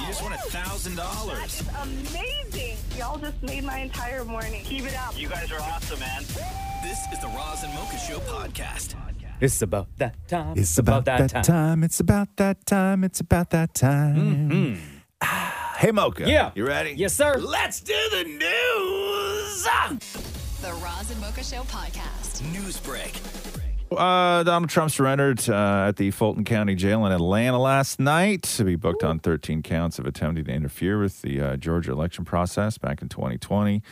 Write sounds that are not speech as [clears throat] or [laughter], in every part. You just won a thousand dollars. Amazing. Y'all just made my entire morning. Keep it up. You guys are awesome, man. This is the Roz and Mocha Show podcast. It's about that time. It's about, that, time. It's about that time. It's about that time. Ah, hey, Mocha. Yeah. You ready? Yes, sir. Let's do the news. the Roz and Mocha Show podcast. News break. Uh, Donald Trump surrendered uh, at the Fulton County Jail in Atlanta last night to be booked on 13 counts of attempting to interfere with the uh, Georgia election process back in 2020.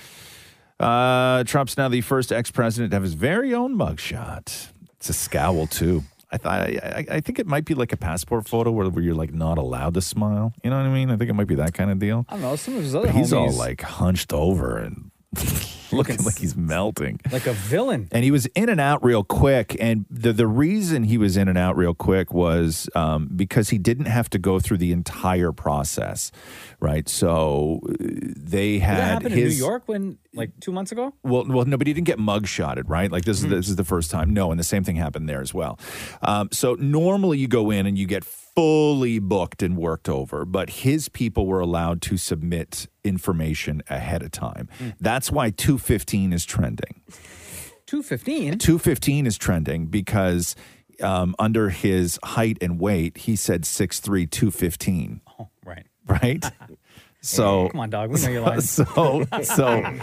Uh, Trump's now the first ex-president to have his very own mugshot. It's a scowl too. I thought I, I I think it might be like a passport photo where, where you're like not allowed to smile. You know what I mean? I think it might be that kind of deal. I don't know. Some of his other But he's all homies, like hunched over [laughs] and looking like he's melting. like a villain. And he was in and out real quick. And the, the reason he was in and out real quick was um, because he didn't have to go through the entire process, right? So uh, they had Did that happened in his New York when, like, two months ago? well, well, no, but he didn't get mugshotted, right? Like this is this is the first time. No, and the same thing happened there as well. Um, so normally you go in and you get fully booked and worked over, but his people were allowed to submit information ahead of time. That's why two fifteen is trending. 215. 215 is trending because um, under his height and weight, he said 6'3, 215, Oh, right. [laughs] right? so, Come on, dog. We know you're [laughs] lying. so, so, [laughs]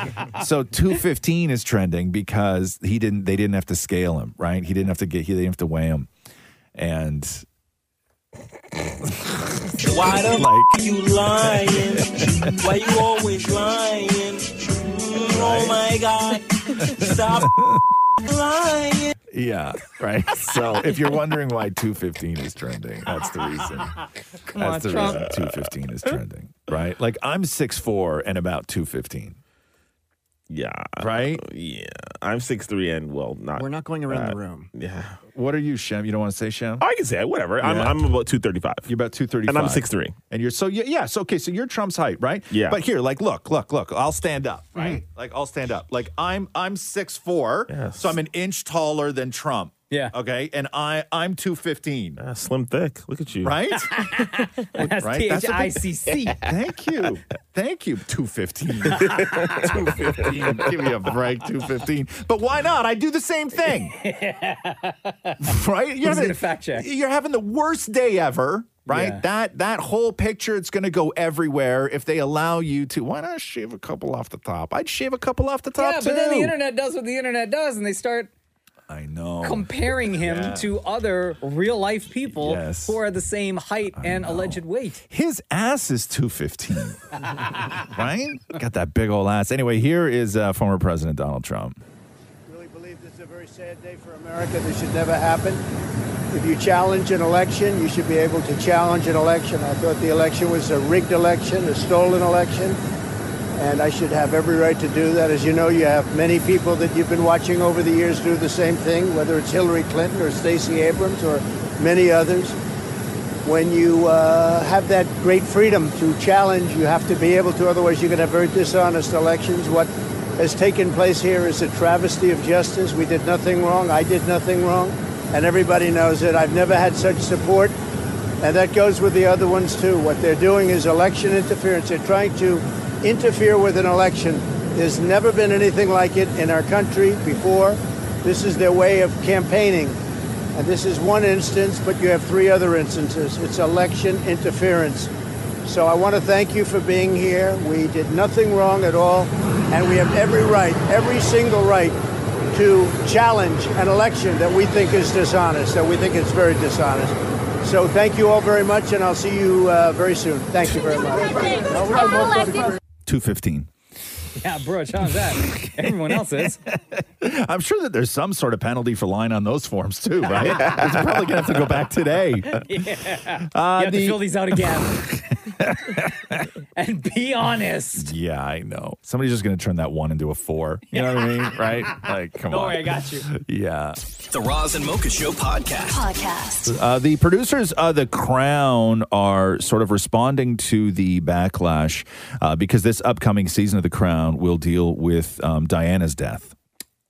so 215 is trending because he didn't, they didn't have to scale him, right? He didn't have to get, he didn't have to weigh him. And, Why the Like- f- you lying? Why you always lying? Mm, Oh my god. Stop [laughs] lying. [laughs] yeah, right. [laughs] So, if you're wondering why 215 is trending, that's the reason. Come on, that's the Trump. reason 215 is trending, right? Like, I'm 6'4 and about 215, Yeah. right? Yeah. I'm six three and well not not going around the room. yeah. What are you, Shem? You don't want to say Shem? I can say it, whatever. I'm Yeah. I'm about two thirty five. You're about 235. And I'm 6'3". And you're so, yeah, yeah. So, okay, so you're Trump's height, right? Yeah. But here, like, look, look, look, I'll stand up, right? Mm-hmm. Like, I'll stand up. Like, I'm I'm 6'4, Yes. so I'm an inch taller than Trump. Yeah. Okay. And I, I'm 215, Yeah, Ah, slim thick. Look at you. right? [laughs] That's right? That's what they- [laughs] T-H-I-C-C. Thank you. Thank you. [laughs] 215. 215. Give me a break, 215. But why not? I do the same [laughs] thing. right? You're gonna fact check? You're having the worst day ever. Right, Yeah. that that whole picture, it's going to go everywhere if they allow you to. Why not shave a couple off the top? I'd shave a couple off the yeah, top but too. then the internet does what the internet does, and they start I know. comparing him Yeah. to other real life people Yes. who are the same height and alleged weight. [laughs] His ass is 215. [laughs] right? Got that big old ass. Anyway, here is uh, former President Donald Trump. really believe this is a very sad day for America. This should never happen. If you challenge an election, you should be able to challenge an election. I thought the election was a rigged election, a stolen election, and I should have every right to do that. As you know, you have many people that you've been watching over the years do the same thing, whether it's Hillary Clinton or Stacey Abrams or many others. When you uh, have that great freedom to challenge, you have to be able to, otherwise, you're going to have very dishonest elections. What has taken place here is a travesty of justice. We did nothing wrong. I did nothing wrong. And everybody knows it. I've never had such support. And that goes with the other ones, too. What they're doing is election interference. They're trying to interfere with an election. There's never been anything like it in our country before. This is their way of campaigning. And this is one instance, but you have three other instances. It's election interference. So I want to thank you for being here. We did nothing wrong at all, and we have every right, every single right, to challenge an election that we think is dishonest, that we think is very dishonest. So thank you all very much, and I'll see you uh, very soon. Thank you very much. I'm elected. 215. Yeah, bro, challenge that. Everyone else is. [laughs] I'm sure that there's some sort of penalty for lying on those forms too, right? It's probably gonna have to go back today. [laughs] Yeah. Uh, you have the- to fill these [laughs] out again. and be honest. Yeah, I know. Somebody's just gonna turn that one into a four. You know what I mean? Right? Like, come Don't on. worry, I got you. Yeah. [laughs] The Roz and Mocha Show podcast. Podcast. Uh, the producers of The Crown are sort of responding to the backlash uh, because this upcoming season of The Crown will deal with um, Diana's death.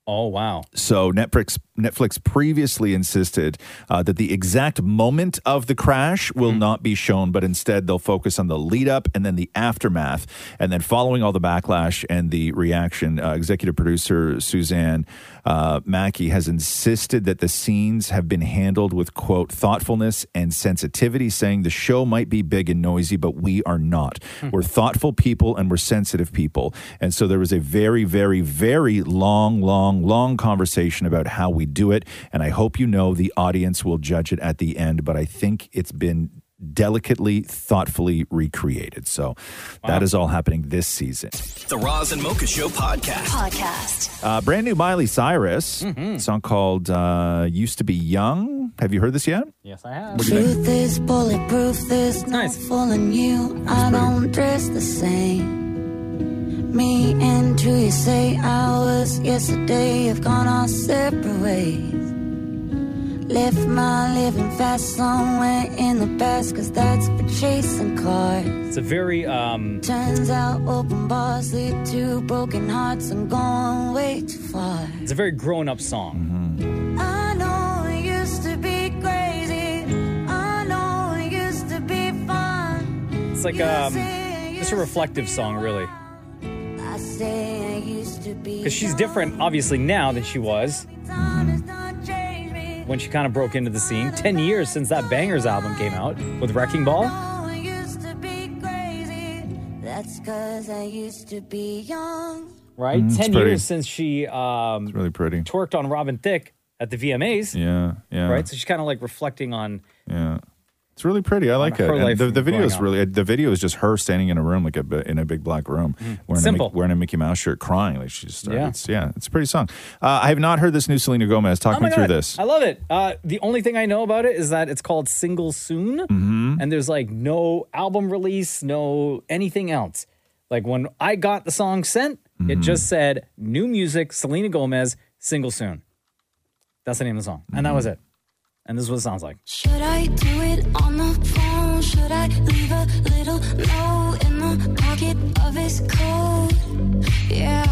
Oh, wow. So Netflix Netflix previously insisted uh, that the exact moment of the crash will not be shown, but instead they'll focus on the lead up and then the aftermath. And then, following all the backlash and the reaction, uh, executive producer Suzanne uh, Mackey has insisted that the scenes have been handled with quote thoughtfulness and sensitivity, saying the show might be big and noisy, but we are not. We're thoughtful people and we're sensitive people. And so there was a very, very, very long, long, long conversation about how we do it. And I hope you know the audience will judge it at the end, but I think it's been delicately, thoughtfully recreated. So that is all happening this season. The Roz and Mocha Show podcast. Podcast. Uh, brand new Miley Cyrus, Mm-hmm. song called uh, Used to Be Young. Have you heard this yet? Yes, I have. Truth is bulletproof, there's no fooling you. I don't dress the same. Me and true, you say I was yesterday, have gone our separate ways. Left my living fast somewhere in the past, cause that's for chasing cars. It's a very um Turns out open bars lead to broken hearts. I'm going way too far. it's a very grown up song. I know it used to be crazy. I know it used to be fun. Mm-hmm. It's like um just a reflective song really. I say I used to be. Because she's different obviously now than she was when she kind of broke into the scene. Ten years since that bangers album came out with Wrecking Ball. oh, I used to be crazy. That's cause I used to be young. right? Mm, it's Ten pretty. years since she um, really pretty twerked on Robin Thicke at the VMAs. Yeah, Uh, yeah. Right, so she's kind of like reflecting on Yeah. It's really pretty. I like it. her And life the, the video growing is up. really the video is just her standing in a room like a bi- in a big black room wearing Mm-hmm. Simple. A, Mic- wearing a Mickey Mouse shirt, crying like she just started. Yeah. Yeah, it's, yeah, it's a pretty song. Uh, I have not heard this new Selena Gomez. Talk Oh me my through God, this. I love it. Uh, the only thing I know about it is that it's called Single Soon, Mm-hmm. and there's like no album release, no anything else. Like when I got the song sent, it Mm-hmm. just said new music, Selena Gomez, Single Soon. That's the name of the song, and that was Mm-hmm. it. And this is what it sounds like. Should I do it on the phone? Should I leave a little low in the pocket of his coat? Yeah,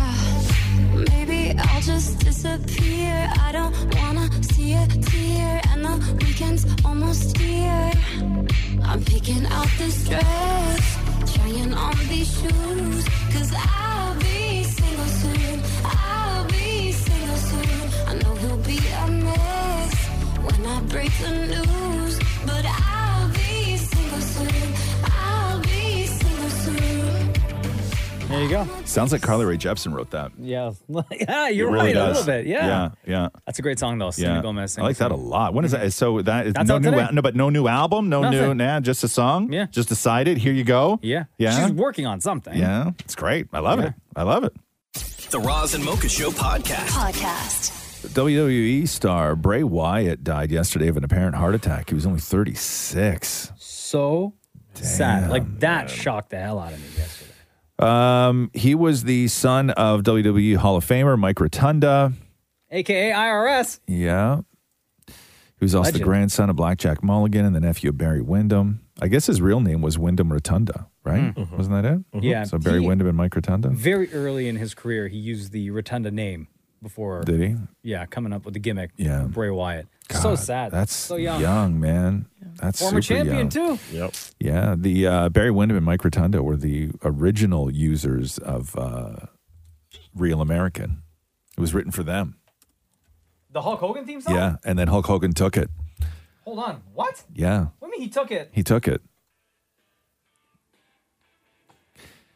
maybe I'll just disappear. I don't wanna see a tear, and the weekend's almost here. I'm picking out this dress, trying on these shoes, cause I'll be single soon. I'll be single soon. I know he'll be a mess when I break the news, but I'll be single soon. I'll be single soon. There you go. Sounds like Carly Rae Jepsen wrote that. Yeah, [laughs] yeah, you're It really right does. a little bit. Yeah. yeah, yeah. that's a great song though. Selena yeah. Gomez. I Single like that a Soon. lot. When is that? So that is Mm-hmm. That's no out new, today. al- no, but no new album, no new, Nothing. nah, just a song. Yeah, just decided. Here you go. Yeah. yeah, She's working on something. yeah. It's great. I love it. I love it. The Roz and Mocha Show podcast. Podcast. WWE E star Bray Wyatt died yesterday of an apparent heart attack. He was only 36. So sad. Like that shocked the hell out of me yesterday. Um, he was the son of WWE Hall of Famer Mike Rotunda. AKA IRS. Yeah. He was also Legend. the grandson of Blackjack Mulligan and the nephew of Barry Wyndham. I guess his real name was Wyndham Rotunda, right? Wasn't that it? Mm. Mm-hmm. Yeah. So Barry He- Wyndham and Mike Rotunda. Very early in his career, he used the Rotunda name before. Did he? Yeah, coming up with the gimmick. Yeah. of Bray Wyatt. so God, sad. That's so young. man. That's Former super champion young. too. Yep. Yeah, the uh, Barry Windham and Mike Rotundo were the original users of uh, Real American. It was written for them. The Hulk Hogan theme song. Yeah, and then Hulk Hogan took it. Hold on. What? Yeah, What do you mean he took it? he took it.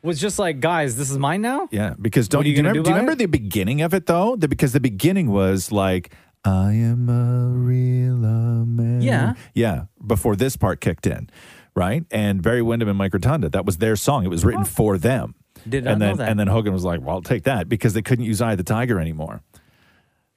Was just like, guys, this is mine now. Yeah, because don't What are you, you do you gonna remember, do do you about remember the it? beginning of it though? The, because the beginning was like, "I am a real American." Yeah. yeah. Before this part kicked in, right? And Barry Windham and Mike Rotunda, that was their song. It was written for them. Did and not then know that. and then Hogan was like, "Well, I'll take that," because they couldn't use Eye of the Tiger anymore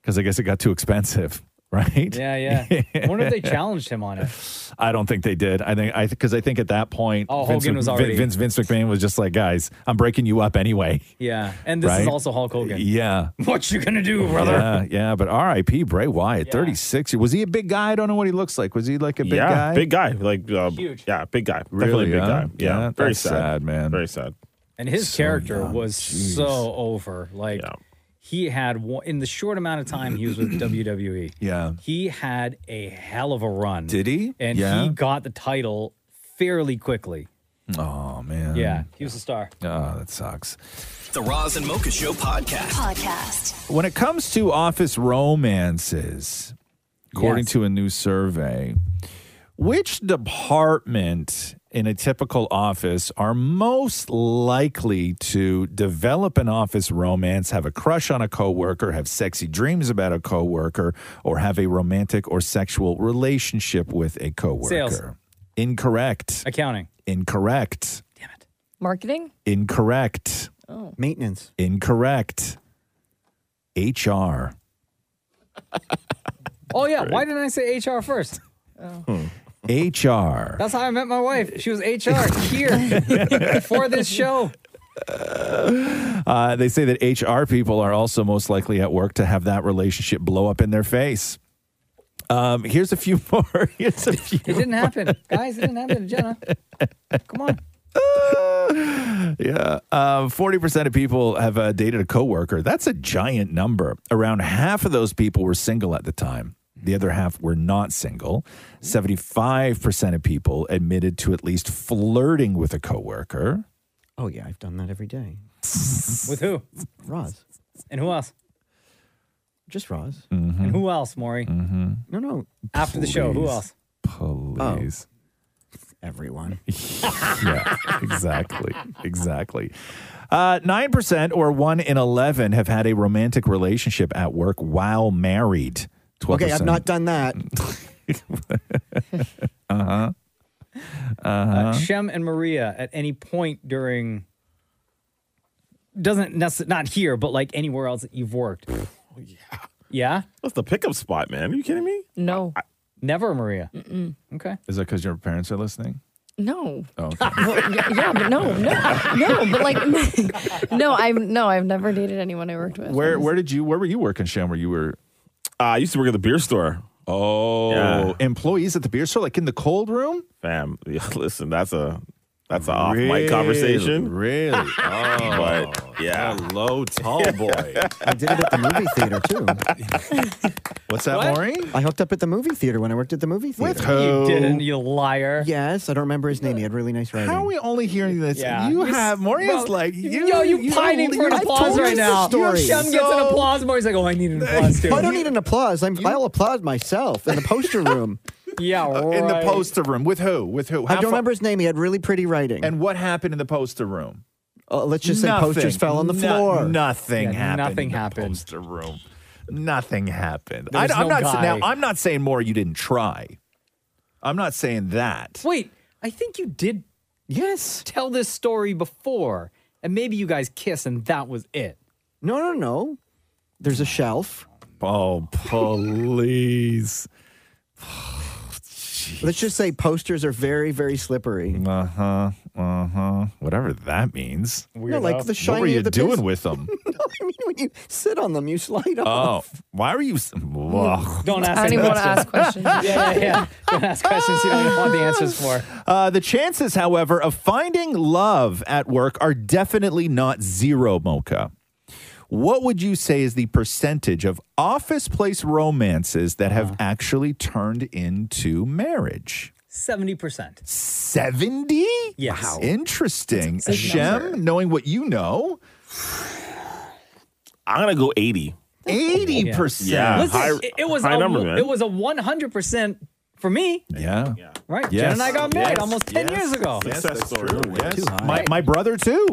because I guess it got too expensive, [laughs] right? Yeah, yeah. I wonder if they challenged him on it. [laughs] I don't think they did. I think I because I think at that point, Oh, Vince, Hogan was Vin- already- Vince Vince McMahon was just like, "Guys, I'm breaking you up [laughs] anyway." Yeah. And this is Right? also Hulk Hogan. Yeah. What you gonna do, brother? Yeah, yeah, but R.I.P. Bray Wyatt, 36. Was he a big guy? I don't know what he looks like. Was he like a big yeah, guy? big guy, like uh, huge. Yeah, big guy, definitely Really, big huh? guy. Yeah, Yeah, very that's sad, man. Very sad. And his character was so over. Like he had one, in the short amount of time he [clears throat] was with E, WWE. Yeah. He had a hell of a run. Did he? And Yeah. he got the title fairly quickly. Oh man. Yeah. He was a star. Oh, that sucks. The Roz and Mocha Show podcast. Podcast. When it comes to office romances, according Yes. to a new survey, which department in a typical office are most likely to develop an office romance, have a crush on a coworker, have sexy dreams about a coworker, or have a romantic or sexual relationship with a coworker? Sales. Incorrect. Accounting. Incorrect. Marketing? Incorrect. Oh. Maintenance. Incorrect. HR. Oh yeah. Why didn't I say HR first? HR. That's how I met my wife. She was HR [laughs] here for this show. Uh, they say that HR people are also most likely at work to have that relationship blow up in their face. Um, here's a few [laughs] more. Here's a few. It didn't happen. Guys, it didn't happen to Jenna. [laughs] Yeah, Um, forty percent of people have uh, dated a coworker. That's a giant number. Around half of those people were single at the time. The other half were not single. Seventy-five percent of people admitted to at least flirting with a coworker. Oh yeah, I've done that every day. [laughs] With who? Roz. And who else? Just Roz. And who else, Maury? Mm-hmm. No, no. After the show, who Please. else? Please. Everyone. [laughs] yeah, exactly. Exactly. Uh, 9% or 1 in 11 have had a romantic relationship at work while married. 12%. Okay, I've not done that. [laughs] Uh-huh. Uh, Uh, Uh-huh. Shem and Maria at any point during doesn't necessarily not here, but like anywhere else that you've [laughs] worked. yeah. Yeah. That's the pickup spot, man. Are you kidding me? No. Never, Maria. Mm-mm. Okay. Is that because your parents are listening? No. Oh, okay. Well, yeah, yeah, but no, no, no. But like, [laughs] no, I've no, I've never dated anyone I worked with. Where where did you where were you working, Shem? Where you were? Uh, I used to work at the beer store. Oh, employees at the beer store, like in the cold room. Fam, Um, yeah, [laughs] listen, that's a that's a off mic conversation. [laughs] Really? Oh, but yeah. Hello, tall [laughs] boy. I did it at the movie theater [laughs] too. What's that, What? Maureen? I hooked up at the movie theater when I worked at the movie theater. With who? You didn't, you liar. Yes, I don't remember his name. He had really nice writing. How are we only hearing this? Yeah. You You s- have Maury bro, is like you. Yo, you pining for an I've applause told right you this now. story. Shem gets an So- applause. Maury's like, oh, I need an applause too. I don't need an applause. I'm, I'll applaud myself in the poster [laughs] room. Yeah, uh, in the right. poster room with who? With who? I How don't far- remember his name. He had really pretty writing. And what happened in the poster room? Uh, let's just say posters Nothing. fell on the No- floor. nothing Yeah, happened. nothing in the Poster room. Nothing happened. There I, was am no not guy. now. I'm not saying more. You didn't try. I'm not saying that. Wait, I think you did. Yes. Tell this story before, and maybe you guys kiss, and that was it. No, no, no. There's a shelf. Oh, please. [sighs] Let's just say posters are very, very slippery. Uh huh. Uh huh. Whatever that means. No, like the shiny What were you of the doing bus- with them? no, [laughs] I mean when you sit on them, you slide oh, off. why were you? s- Ugh. Don't ask. any questions. yeah, [laughs] yeah, yeah. Don't ask questions you don't even want the answers for. Uh, the chances, however, of finding love at work are definitely not zero, Mocha. What would you say is the percentage of office place romances that Uh-huh. have actually turned into marriage? Seventy percent. 70? Yes. Wow. Interesting. That's a big number. Shem, knowing what you know, I'm gonna go eighty. Eighty percent. Yeah. Yeah, Listen, high- it, it was high a, number, man. It was a one hundred percent for me. Yeah. Right. Jen Yes. and I got married Yes. almost ten Yes. years ago. Yes, that's [laughs] story. true. Yes. Too high. My, my brother, too.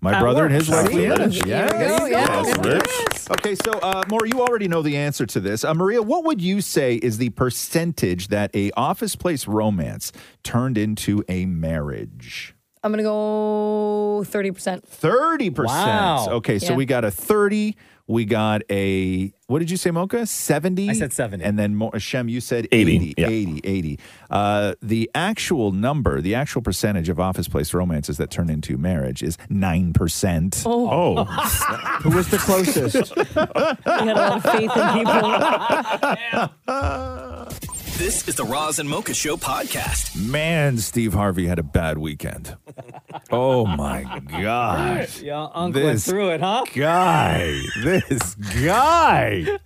My At brother and work. his wife, See? There Leanna. you Yes. go. Yeah. Yes. Okay, so uh, Maura, you already know the answer to this. Uh, Maria, what would you say is the percentage that a office place romance turned into a marriage? I'm gonna go thirty percent. 30%. Wow. Okay, so Yeah. we got a 30. We got a, what did you say, Mocha? 70? I said 70. And then, Mo- Shem, you said 80. 80, 80. Uh, the actual number, the actual percentage of office place romances that turn into marriage is 9%. Oh. [laughs] Who was the [laughs] closest? We had a lot of faith in people. [laughs] This is the Roz and Mocha Show podcast. Man, Steve Harvey had a [laughs] bad weekend. Oh my God. Yeah, Uncle went through it, huh? [laughs] Guy. This guy.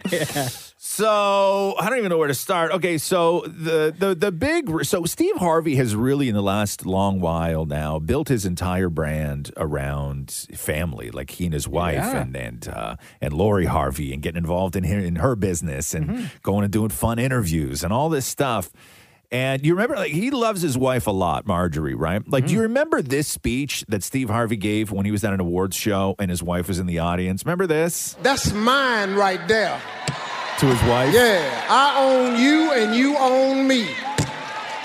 So I don't even know where to start. Okay, so the the the big so Steve Harvey has really in the last long while now built his entire brand around family, like he and his wife Yeah. and and uh, and Lori Harvey and getting involved in her in her business and going and doing fun interviews and all this stuff. And you remember, like he loves his wife a lot, Marjorie, right? Like, do you remember this speech that Steve Harvey gave when he was at an awards show and his wife was in the audience? Remember this That's mine right there. to his wife? Yeah, I own you and you own me.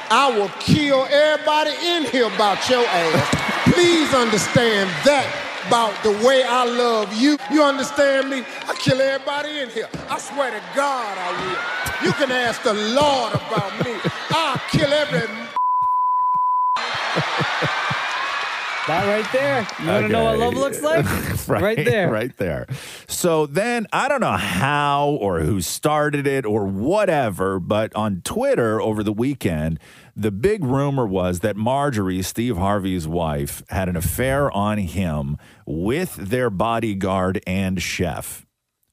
I will kill everybody in here about your ass. Please understand that about the way I love you. You understand me? I kill everybody in here. I swear to God I will. You can ask the Lord about me. I'll kill every That right there. You want to know what Okay. love looks like? [laughs] right, there. Right there. So then I don't know how or who started it or whatever, but on Twitter over the weekend, the big rumor was that Marjorie, Steve Harvey's wife, had an affair on him with their bodyguard and chef.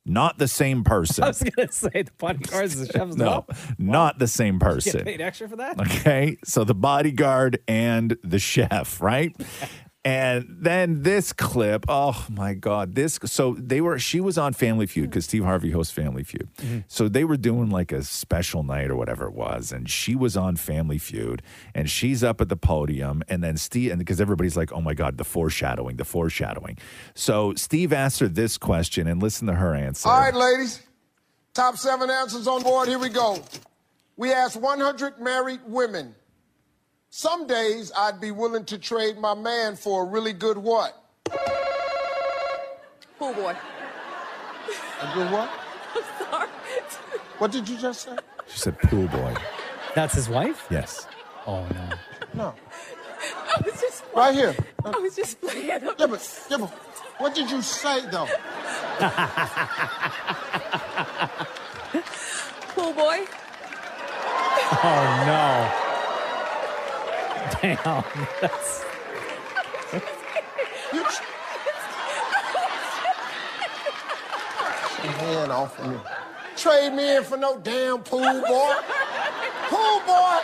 Not the same [laughs] person. I was gonna say the bodyguards, the chefs, no, not [laughs] the same You get person. paid extra for that. Okay. So the bodyguard and the chef, right? And then this clip, oh my God. This, so they were, she was on Family Feud because Steve Harvey hosts Family Feud. [laughs] So they were doing like a special night or whatever it was. And she was on Family Feud and she's up at the podium. And then Steve, and because everybody's like, oh my God, the foreshadowing, the foreshadowing. So Steve asked her this question and listen to her answer. All right, ladies. Top seven answers on board. Here we go. We asked 100 married women. Some days I'd be willing to trade my man for a really good what? Pool boy. A good what? [laughs] I'm sorry. What did you just say? She said, pool boy. That's his wife? Yes. Oh, [laughs] no. No. I was just Right here. I was just playing. Yeah, but, yeah, but what did you say though? Pool boy. Oh no. Damn. [laughs] That's Get your hand off of me. Trade me in for no damn pool boy. pool boy.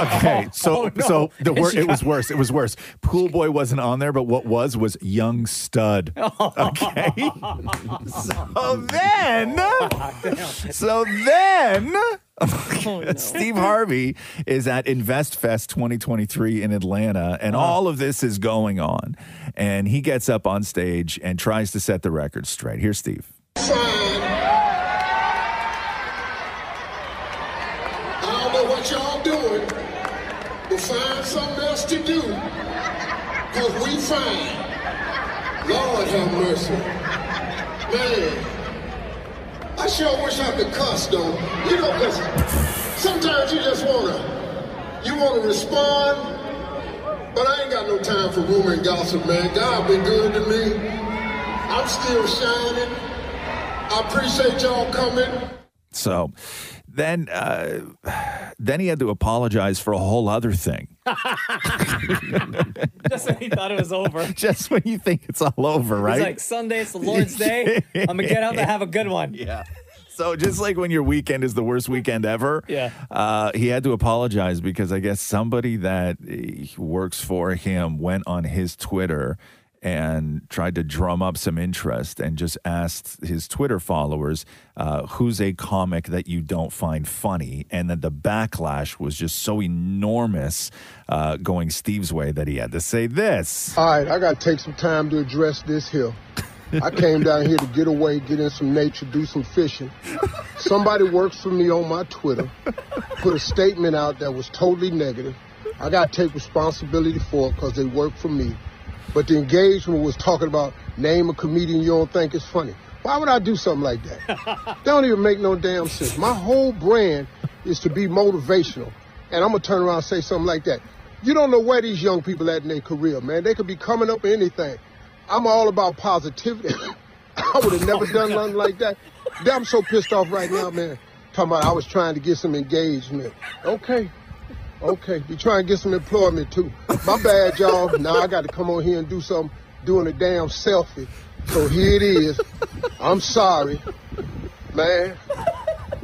Okay, so [laughs] oh, no. so the wor- She it got- [laughs] was worse. It was worse. Pool boy wasn't on there, but what was was young stud. Oh. [laughs] Okay, so then, Ah, so [laughs] then, Oh, Steve Harvey is at InvestFest 2023 in Atlanta, Oh. and all of this is going on, and he gets up on stage and tries to set the record straight. Here's Steve. I don't know what y'all doing, but find something else to do. Cause we fine. Lord have mercy. Man, I sure wish I could cuss though. You know, listen, sometimes you just wanna, you wanna respond, but I ain't got no time for rumor and gossip, man. God been good to me. I'm still shining. I appreciate y'all coming. So then, uh, then he had to apologize for a whole other thing. [laughs] just when he thought it was over. [laughs] just when you think it's all over, right? He's like, Sunday, it's the [laughs] Lord's day. I'm gonna get out and have a good one. Yeah. so just like when your weekend is the worst weekend ever, Yeah. uh, he had to apologize because I guess somebody that uh, works for him went on his Twitter and tried to drum up some interest and just asked his Twitter followers, uh, who's a comic that you don't find funny? And then the backlash was just so enormous uh, going Steve's way that he had to say this. [laughs] All right, I gotta take some time to address this here. I came down here to get away, get in some nature, do some fishing. Somebody works for me on my Twitter, put a statement out that was totally negative. I got to take responsibility for it because they work for me. But the engagement was talking about name a comedian you don't think is funny. Why would I do something like that? that don't even make no damn sense. My whole brand is to be motivational. And I'm going to turn around and say something like that. You don't know where these young people at in their career, man. They could be coming up with anything. I'm all about positivity. [coughs] I would have never done nothing like that. Damn, I'm so pissed off right now, man. Talking about I was trying to get some engagement. Okay. Okay. You trying to get some employment too. My bad, y'all. Now I got to come on here and do something doing a damn selfie. So here it is. I'm sorry. Man.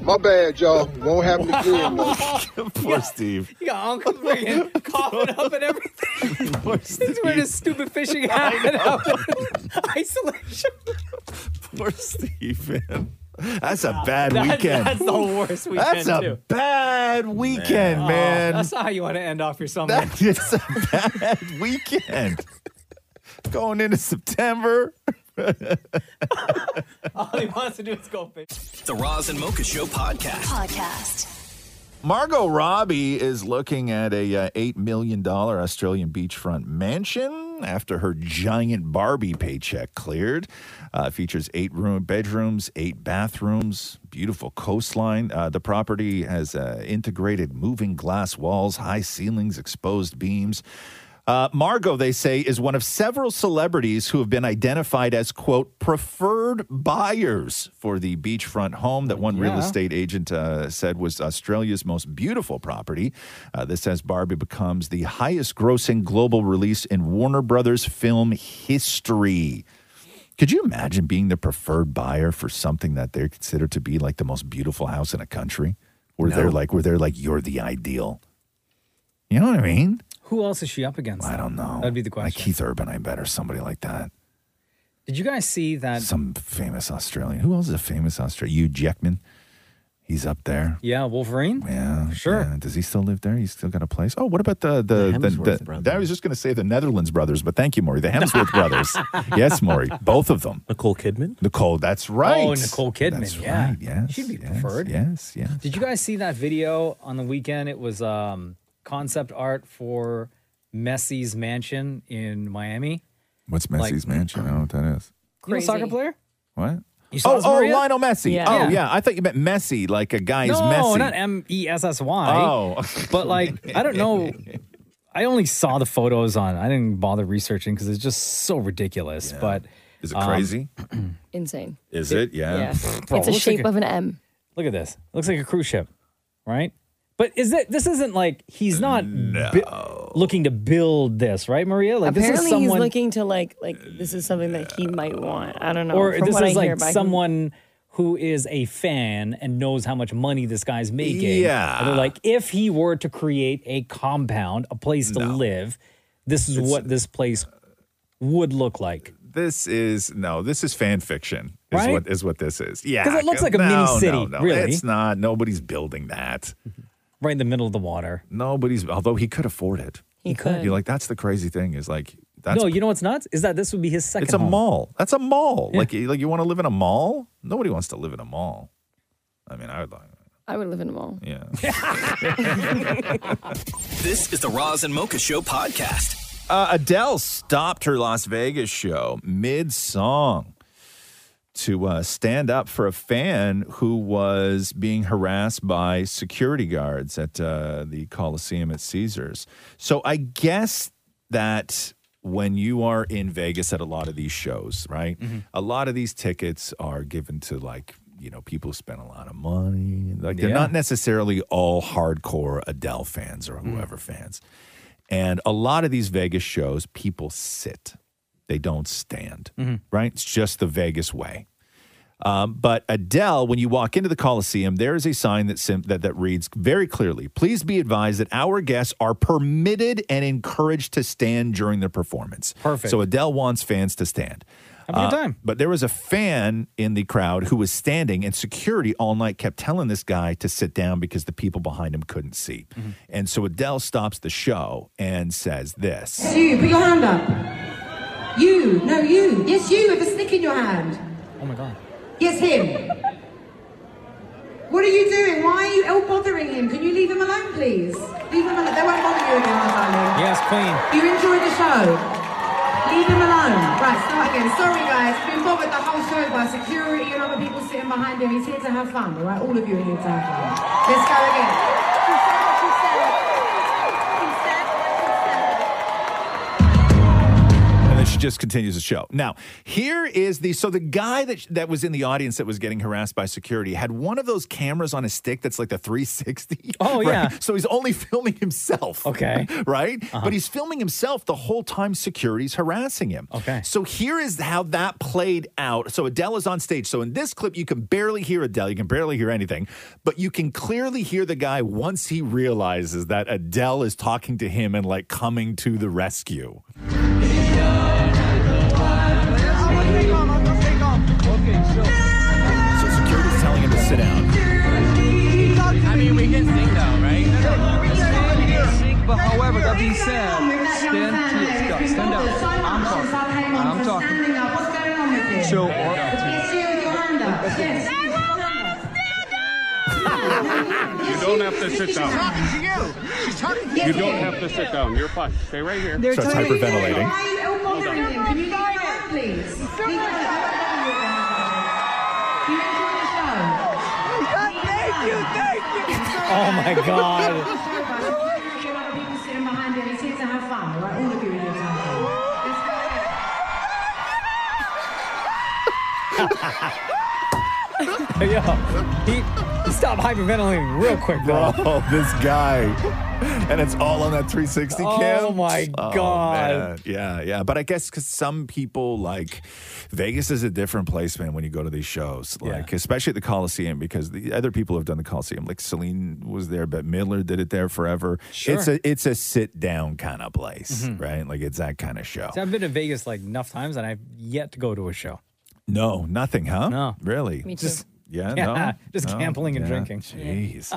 My bad, y'all. Won't happen again. man. [laughs] Poor Steve. You got Uncle Regan coughing up and everything. [laughs] He's wearing his stupid fishing hat I and know. outfit. [laughs] isolation. Poor Steve, man. That's a bad That- weekend. That's the worst weekend. That's a too. bad weekend, man. Oh, that's not how you want to end off your summer. That is a [laughs] bad weekend. Going into September. [laughs] All he wants to do is go fish. The Roz and Mocha Show podcast. Podcast. Margot Robbie is looking at a uh, $8 million Australian beachfront mansion after her giant Barbie paycheck cleared. Uh, features eight room bedrooms, eight bathrooms, beautiful coastline. Uh, the property has uh, integrated moving glass walls, high ceilings, exposed beams. Uh, Margot, they say, is one of several celebrities who have been identified as, quote, preferred buyers for the beachfront home that one real Yeah. estate agent uh, said was Australia's most beautiful property. Uh, this says Barbie becomes the highest grossing global release in Warner Brothers film history. Could you imagine being the preferred buyer for something that they're considered to be like the most beautiful house in a country? Where they're like, where they're like, you're the ideal. You know what I mean? Who else is she up against? I don't know. That'd be the question. Like Keith Urban, I bet, or somebody like that. Did you guys see that? Some famous Australian. Who else is a famous Australian? Hugh Jackman. He's up there. Yeah, Wolverine. Yeah, sure. Does he still live there? He's still got a place. Oh, what about the the the? the- I was just going to say the Netherlands brothers, but thank you, Maury. The Hemsworth [laughs] brothers. Yes, Maury. Both of them. Nicole Kidman. Nicole. That's right. Oh, Nicole Kidman. That's yeah. right. Yes. She'd be yes, preferred. Yes. Yes. Did you guys see that video on the weekend? It was um, concept art for Messi's mansion in Miami. What's Messi's mansion? I don't know what that is. You know, soccer player? What? You saw oh, this, oh, Maria? Lionel Messi. Yeah. Oh, Yeah. yeah. I thought you meant Messi, like a guy is no, messy. not M E S S Y. Oh. but like I [laughs] don't know. I only saw the photos on. I didn't bother researching because it's just so ridiculous. But is it crazy? Insane. Is it? Yeah. [laughs] Bro, it's a looks shape like a- of an M. Look at this. Looks like a cruise ship, right? But is it? This isn't like he's not bu- looking to build this, right, Maria? Like this Apparently, is someone, he's looking to like like this is something that he might want. I don't know. or From this what is I hear, like but I can- someone who is a fan and knows how much money this guy's making. Yeah. and they're like, if he were to create a compound, a place to live, this is It's- what this place would look like. This is no. This is fan fiction. Is Right? what is what this is. Yeah, 'Cause it looks like a no, mini city, No, no, really. it's not. Nobody's building that. [laughs] Right in the middle of the water. Nobody's. Although he could afford it. He could. You're like that's the crazy thing is like that's no, you know what's nuts is that this would be his second. it's a home. mall. That's a mall. Like you- like you want to live in a mall? Nobody wants to live in a mall. I mean, I would like. I would live in a mall. Yeah. [laughs] [laughs] [laughs] This is the Roz and Mocha Show podcast. Uh, Adele stopped her Las Vegas show mid song to uh, stand up for a fan who was being harassed by security guards at uh, the Coliseum at Caesars. So I guess that when you are in Vegas at a lot of these shows, right? A lot of these tickets are given to like, you know, people who spend a lot of money. Like they're Yeah. not necessarily all hardcore Adele fans or whoever fans. And a lot of these Vegas shows, people sit, they don't stand, Mm-hmm. right? It's just the Vegas way. Um, but Adele, when you walk into the Coliseum, there is a sign that, sim- that that reads very clearly: "Please be advised that our guests are permitted and encouraged to stand during the performance." Perfect. So Adele wants fans to stand. Uh, Have a good time. But there was a fan in the crowd who was standing, and security all night kept telling this guy to sit down because the people behind him couldn't see. And so Adele stops the show and says this. Yes, you. Put your hand up. You. No, you. Yes, you with a stick in your hand. Oh my god. Yes, him. What are you doing? Why are you out bothering him? Can you leave him alone, please? Leave him alone. They won't bother you again, my darling. Yes, Queen. You enjoy the show. Leave him alone. Right, start again. Sorry, guys. Been bothered the whole show by security and other people sitting behind him. He's here to have fun, all right? All of you are here to have fun. Let's go again. And then she just continues the show. Now, here is the so the guy that that was in the audience that was getting harassed by security had one of those cameras on his stick that's like the 360. [laughs] Oh, right? yeah. So he's only filming himself. Okay. [laughs] right? Uh-huh. But he's filming himself the whole time security's harassing him. Okay. So here is how that played out. So Adele is on stage. So in this clip, you can barely hear Adele. You can barely hear anything, but you can clearly hear the guy once he realizes that Adele is talking to him and like coming to the rescue. So security's telling him to sit down. I mean, we can sing though, right? But however, that being said, stand, up, stand up. I'm talking. I'm talking. Show or You don't have to sit down. to you. She's talking You don't have to sit down. You're fine. Stay right here. They're Starts totally- hyperventilating. Why are you out bothering him? Can you leave him alone, please? Leave him alone. Don't bother you again, my darling. You enjoy the show. Thank you, thank you. Oh, my God. [laughs] Yo, he, he stopped hyperventilating real quick, bro. Oh, this guy. And it's all on that 360 cam. Oh, my God. man. Yeah, yeah. But I guess because some people like Vegas is a different place, man, when you go to these shows. Like, especially at the Coliseum, because the other people have done the Coliseum. Like Celine was there, but Midler did it there forever. Sure. It's a it's a sit down kind of place, Mhm. right? Like it's that kind of show. See, I've been to Vegas like enough times and I've yet to go to a show. No, nothing, huh? No. Really? Me too. Just yeah, [laughs] Yeah, no. just no, gambling and yeah. drinking. [laughs] Jeez.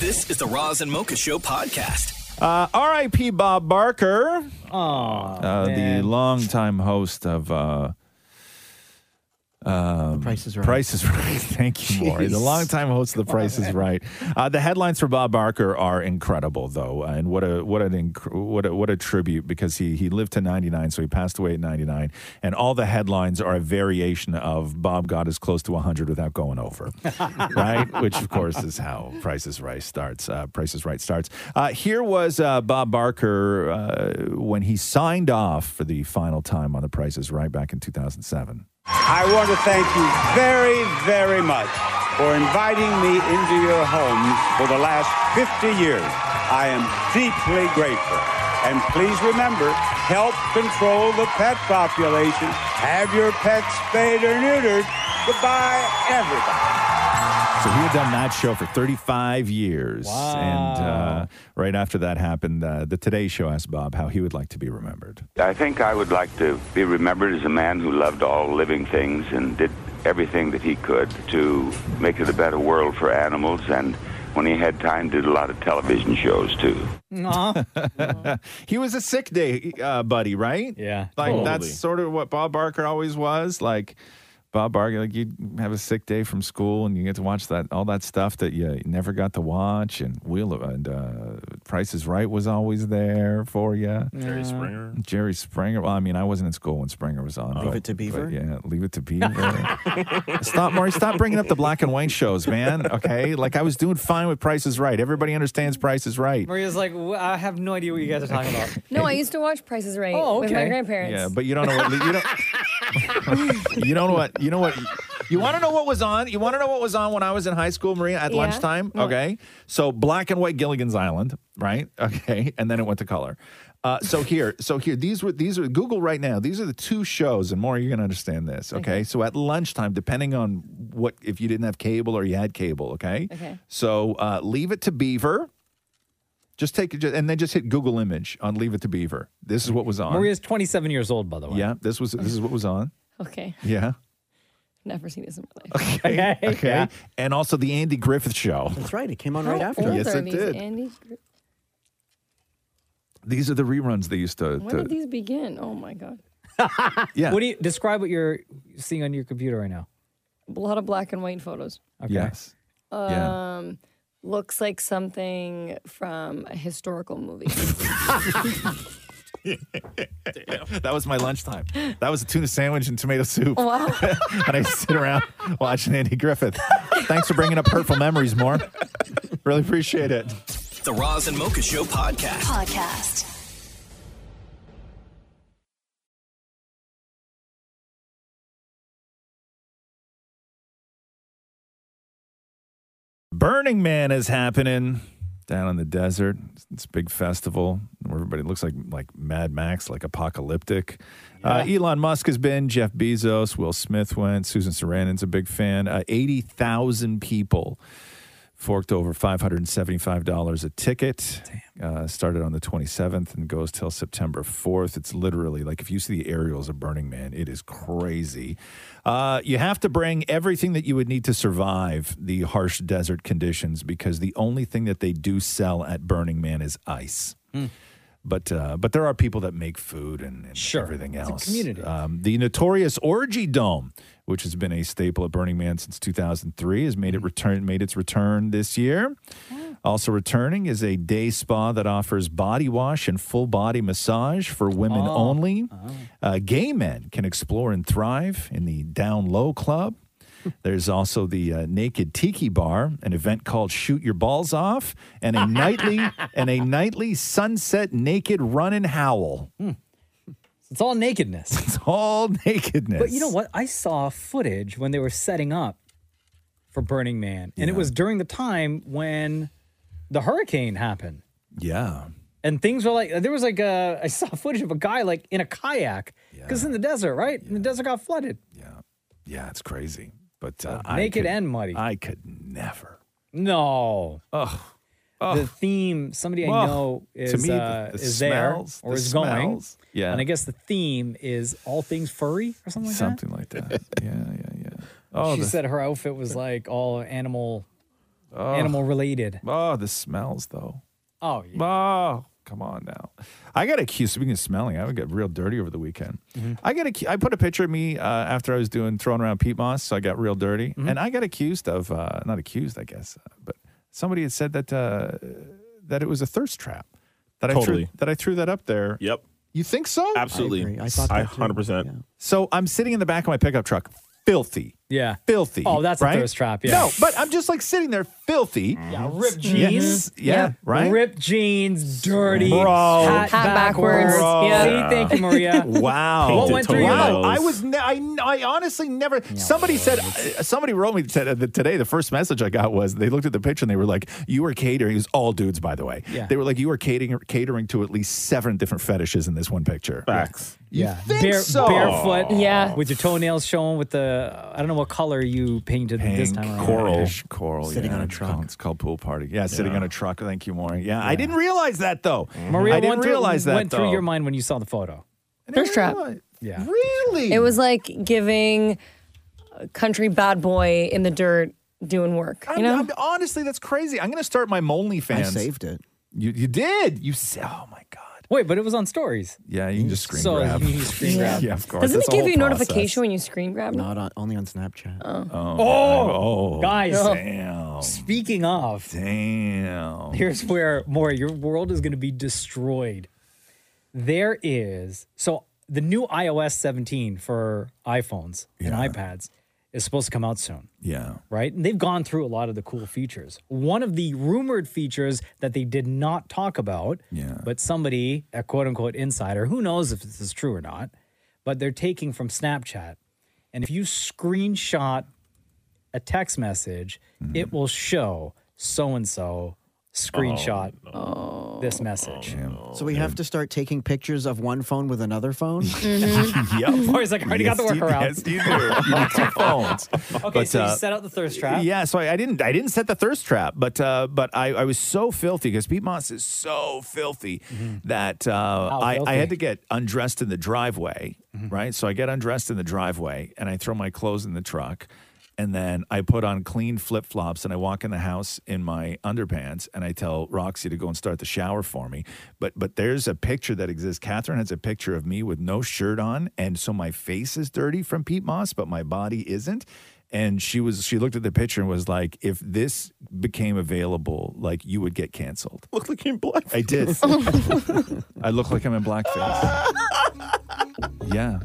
This is the Roz and Mocha Show podcast. Uh, R.I.P. Bob Barker. Oh, uh, the longtime host of uh, um, Price is Right. Price is Right. [laughs] Thank you, Maury. The Jeez. longtime host of The Price is Right. Uh, the headlines for Bob Barker are incredible, though, and what a what an inc- what a, what a tribute because he he lived to ninety nine, so he passed away at ninety nine, and all the headlines are a variation of Bob got as close to hundred without going over [laughs] right? Which, of course, is how Price is Right starts. Uh, Price is Right starts. Uh, here was uh, Bob Barker uh, when he signed off for the final time on The Price is Right back in 2007. I want to thank you very, very much for inviting me into your home for the last 50 years. I am deeply grateful. And please remember, help control the pet population. Have your pets spayed or neutered. Goodbye, everybody. So he had done that show for 35 years. And uh, right after that happened, uh, the Today Show asked Bob how he would like to be remembered. I think I would like to be remembered as a man who loved all living things and did everything that he could to make it a better world for animals and when he had time did a lot of television shows too. [laughs] he was a sick day uh, buddy, right? Yeah. Like Totally. that's sort of what Bob Barker always was. Like Bob Barker, like you'd have a sick day from school and you get to watch that all that stuff that you never got to watch and Wheel of and uh, Price is Right was always there for you. Jerry Yeah. Springer. Jerry Springer. Well, I mean, I wasn't in school when Springer was on. Leave It to but Beaver? yeah, Leave It [laughs] to Beaver. stop, Maury. Stop bringing up the black and white shows, man. Okay, like I was doing fine with Price is Right. Everybody understands Price is Right. Maria's like, "Wh- I have no idea what you guys are [laughs] talking about. No, I used to watch Price is Right Oh, with my okay. grandparents. Yeah, but you don't know what you don't. you don't know what you know what you want to know what was on. You want to know what was on when I was in high school, Maria, at Yeah. lunchtime. What? Okay, so black and white Gilligan's Island, right? [laughs] Okay, and then it went to color. Uh, so here, so here, these were these are Google right now. These are the two shows, and more. You're gonna understand this, okay? Okay. So at lunchtime, depending on what if you didn't have cable or you had cable, okay? Okay. So uh, leave it to Beaver. Just take it, and then just hit Google Image on Leave It to Beaver. This is what was on. Maria's 27 years old, by the way. Yeah, this was this is what was on. Okay. [laughs] Yeah. Never seen this in my life. Okay. okay. Yeah. And also the Andy Griffith Show. That's right. It came on How right after. old Yes, are it these, did. Andy? These are the reruns they used to. When to- did these begin? Oh my god. yeah. What do you describe what you're seeing on your computer right now? A lot of black and white photos. Yes. Um, Yeah. Looks like something from a [laughs] historical movie. That was my lunchtime. That was a tuna sandwich and tomato soup. Wow. [laughs] and I sit around watching Andy Griffith. Thanks for bringing up hurtful memories, more. Really appreciate it. The Roz and Mocha Show podcast. Podcast. Burning Man is happening down in the desert. It's, it's a big festival where everybody looks like like Mad Max, like apocalyptic. Uh, Elon Musk has been, Jeff Bezos, Will Smith went, Susan Sarandon's a big fan. Uh, Eighty thousand people forked over five hundred and seventy-five dollars a ticket. Uh, started on the twenty-seventh and goes till September fourth. It's literally like if you see the aerials of Burning Man, it is crazy. Uh, you have to bring everything that you would need to survive the harsh desert conditions because the only thing that they do sell at Burning Man is ice. But uh, but there are people that make food and, and everything It's a else. community. Um, the notorious Orgy Dome, which has been a staple at Burning Man since 2003, has made it return made its return this year. Also returning is a day spa that offers body wash and full body massage for women only. Uh, gay men can explore and thrive in the Down Low Club. There's also the uh, Naked Tiki Bar, an event called Shoot Your Balls Off, and a nightly and a nightly sunset naked run and howl. It's all nakedness. [laughs] It's all nakedness. But you know what? I saw footage when they were setting up for Burning Man, and it was during the time when the hurricane happened. Yeah. And things were like, there was like a, I saw [laughs] footage of a guy like in a kayak because in the desert, right? And the desert got flooded. Yeah, it's crazy. But uh, I naked could, and muddy. I could never. No. Ugh. The theme, somebody I Ugh. know To is, me, the- uh, the smells, is there or the is smells. going. Yeah. And I guess the theme is all things furry or something like Something like that. [laughs] yeah, yeah, yeah. Oh, she the- said her outfit was like all animal, Ugh. animal related. Oh, the smells though. Oh, yeah. Oh, come on now. I got accused. Speaking of smelling, I got real dirty over the weekend. I got. accu- I put a picture of me uh, after I was doing throwing around peat moss, so I got real dirty, and I got accused of uh, not accused, I guess, uh, but somebody had said that uh, that it was a thirst trap. That I Totally. threw, that I threw that up there. Yep. You think so? Absolutely. I agree. I thought that I too. 100%. So I'm sitting in the back of my pickup truck, filthy. Yeah. Filthy. Oh, that's right? a thirst trap. Yeah. No, but I'm just like sitting there filthy. Yeah, ripped Yes. jeans. Yeah, right? Ripped jeans, dirty, Bro. hat, Hat backwards. backwards. Bro. Yeah. Yeah. See, thank you, Maria. [laughs] Wow. What went through your wow. I head? was ne- I, I honestly never somebody said uh, somebody wrote me t- uh, today the first message I got was they looked at the picture and they were like you were catering it was all dudes by the way. Yeah. They were like you were catering catering to at least seven different fetishes in this one picture. Facts. Yeah. think so? Barefoot. Yeah. With your toenails showing with the, I don't know what color you painted this time around. Ish, coral. yeah. It's called- It's called pool party. Yeah, sitting Yeah. on a truck. Thank you, Maury. Yeah, Mm-hmm. I didn't realize that though. Maria I didn't went through- realize that went though. through your mind when you saw the photo. Thirst trap. Yeah. Really? It was like giving a country bad boy in the dirt doing work. I'm, You know? I'm- honestly, that's crazy. I'm going to start my Monly fans. saved it. You you did. You sa- oh my god. Wait, but it was on stories. Yeah, you can just screen So grab. you can just screen [laughs] grab. yeah, of course. Doesn't That's it the give whole you a process. notification when you screen grab? Not on, only on Snapchat. Oh, Oh, oh, guys. Damn. Speaking of, damn. Here's where more your world is going to be destroyed. There is so the new iOS 17 for iPhones and iPads is supposed to come out soon, Yeah. right? And they've gone through a lot of the cool features. One of the rumored features that they did not talk about, yeah. but somebody, a quote unquote insider, who knows if this is true or not, but they're taking from Snapchat. And if you screenshot a text message, it will show so and so screenshot Oh, this message. So we have to start taking pictures of one phone with [laughs] another phone. Mm-hmm. [laughs] Or it's like, I already got the workaround. [laughs] You need two phones. Okay, But, so you uh, set up the thirst trap. Yeah, so I, I didn't I didn't set the thirst trap, but uh, but I, I was so filthy because Pete Moss is so filthy Mm-hmm. that uh, How I, filthy? I had to get undressed in the driveway, right? So I get undressed in the driveway and I throw my clothes in the truck. And then I put on clean flip flops and I walk in the house in my underpants and I tell Roxy to go and start the shower for me. But but there's a picture that exists. Catherine has a picture of me with no shirt on, and so my face is dirty from Pete Moss, but my body isn't. and she was she looked at the picture and was like, if this became available, like you would get canceled. Look like you're in black. I [laughs] did. I look like I'm in blackface. [laughs] yeah.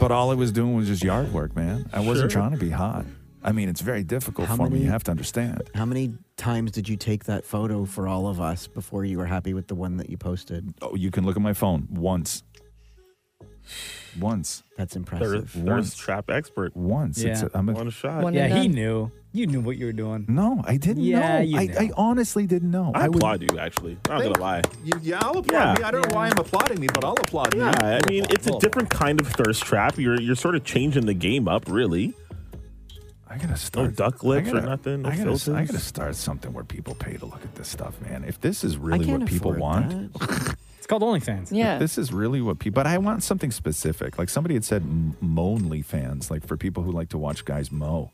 But all I was doing was just yard work, man. I wasn't Sure. trying to be hot. I mean, it's very difficult How for me. many- You have to understand. How many times did you take that photo for all of us before you were happy with the one that you posted? Oh, you can look at my phone once. Once. That's Thirst, impressive. thirst trap expert. Once. It's Yeah. a, I'm a, One shot. yeah, he [laughs] knew. [laughs] You knew what you were doing. No, I didn't yeah, know. You I, knew. I honestly didn't know. I, I would- applaud you, actually. I'm not Thank gonna lie. You, yeah, I'll Yeah. applaud you. I don't know why I'm applauding me, but I'll applaud you. Yeah, I mean, it's a different kind of thirst trap. You're you're sort of changing the game up, really. I gotta start. No duck lips I gotta- or nothing. No I gotta, filters. I gotta start something where people pay to look at this stuff, man. If this is I really can't what people afford want, [laughs] It's called OnlyFans. if this is really what people. But I want something specific. Like somebody had said, m- moanly fans, like for people who like to watch guys mow.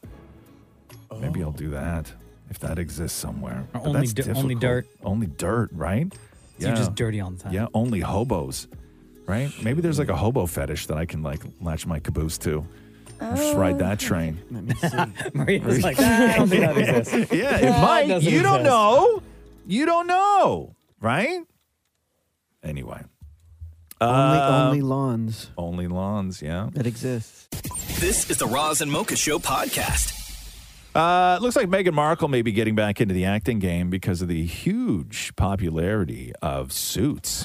Maybe I'll do that if that exists somewhere. Oh. Or But only that's di- only difficult. dirt. Only dirt, right? So you're just dirty all the time. Yeah, only hobos, right? Maybe there's like a hobo fetish that I can like latch my caboose to. Oh. Just ride that train. [laughs] Maria's like, "Ah, I don't think that [laughs] exists." yeah, it That might. doesn't You don't exist. know. You don't know, right? Anyway. Only, Um, only lawns. Only lawns, yeah. It exists. This is the Roz and Mocha Show podcast. Uh, it looks like Meghan Markle may be getting back into the acting game because of the huge popularity of Suits.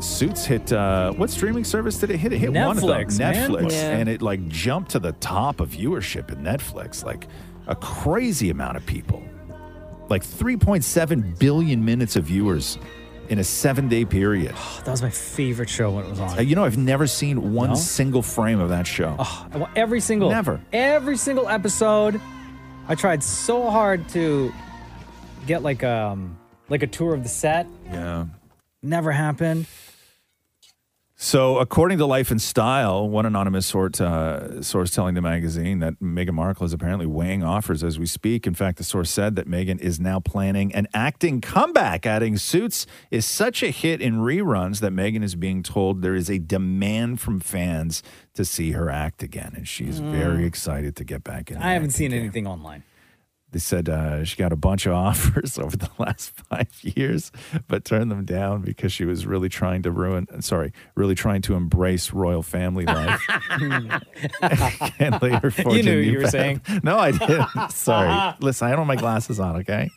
Suits hit uh, what streaming service did it hit? It hit one of them, Netflix, man. Netflix, Yeah. and it like jumped to the top of viewership at Netflix, like a crazy amount of people, like 3.7 billion minutes of viewers in a seven-day period. That was my favorite show when it was on. Uh, you know, I've never seen one No? single frame of that show. I want every single Never. every single episode. I tried so hard to get like um like a tour of the set. Yeah. Never happened. So, according to Life and Style, one anonymous sort, uh, source telling the magazine that Meghan Markle is apparently weighing offers as we speak. In fact, the source said that Meghan is now planning an acting comeback, adding Suits is such a hit in reruns that Meghan is being told there is a demand from fans to see her act again. And she's very excited to get back in. I haven't seen anything online. They said uh, she got a bunch of [laughs] offers over the last five years, but turned them down because she was really trying to ruin, sorry, really trying to embrace royal family [laughs] life and lay her fortune. you knew what in you were bed. saying. [laughs] Uh-huh. No, I [laughs] didn't. sorry. Listen, I don't have my glasses on, okay?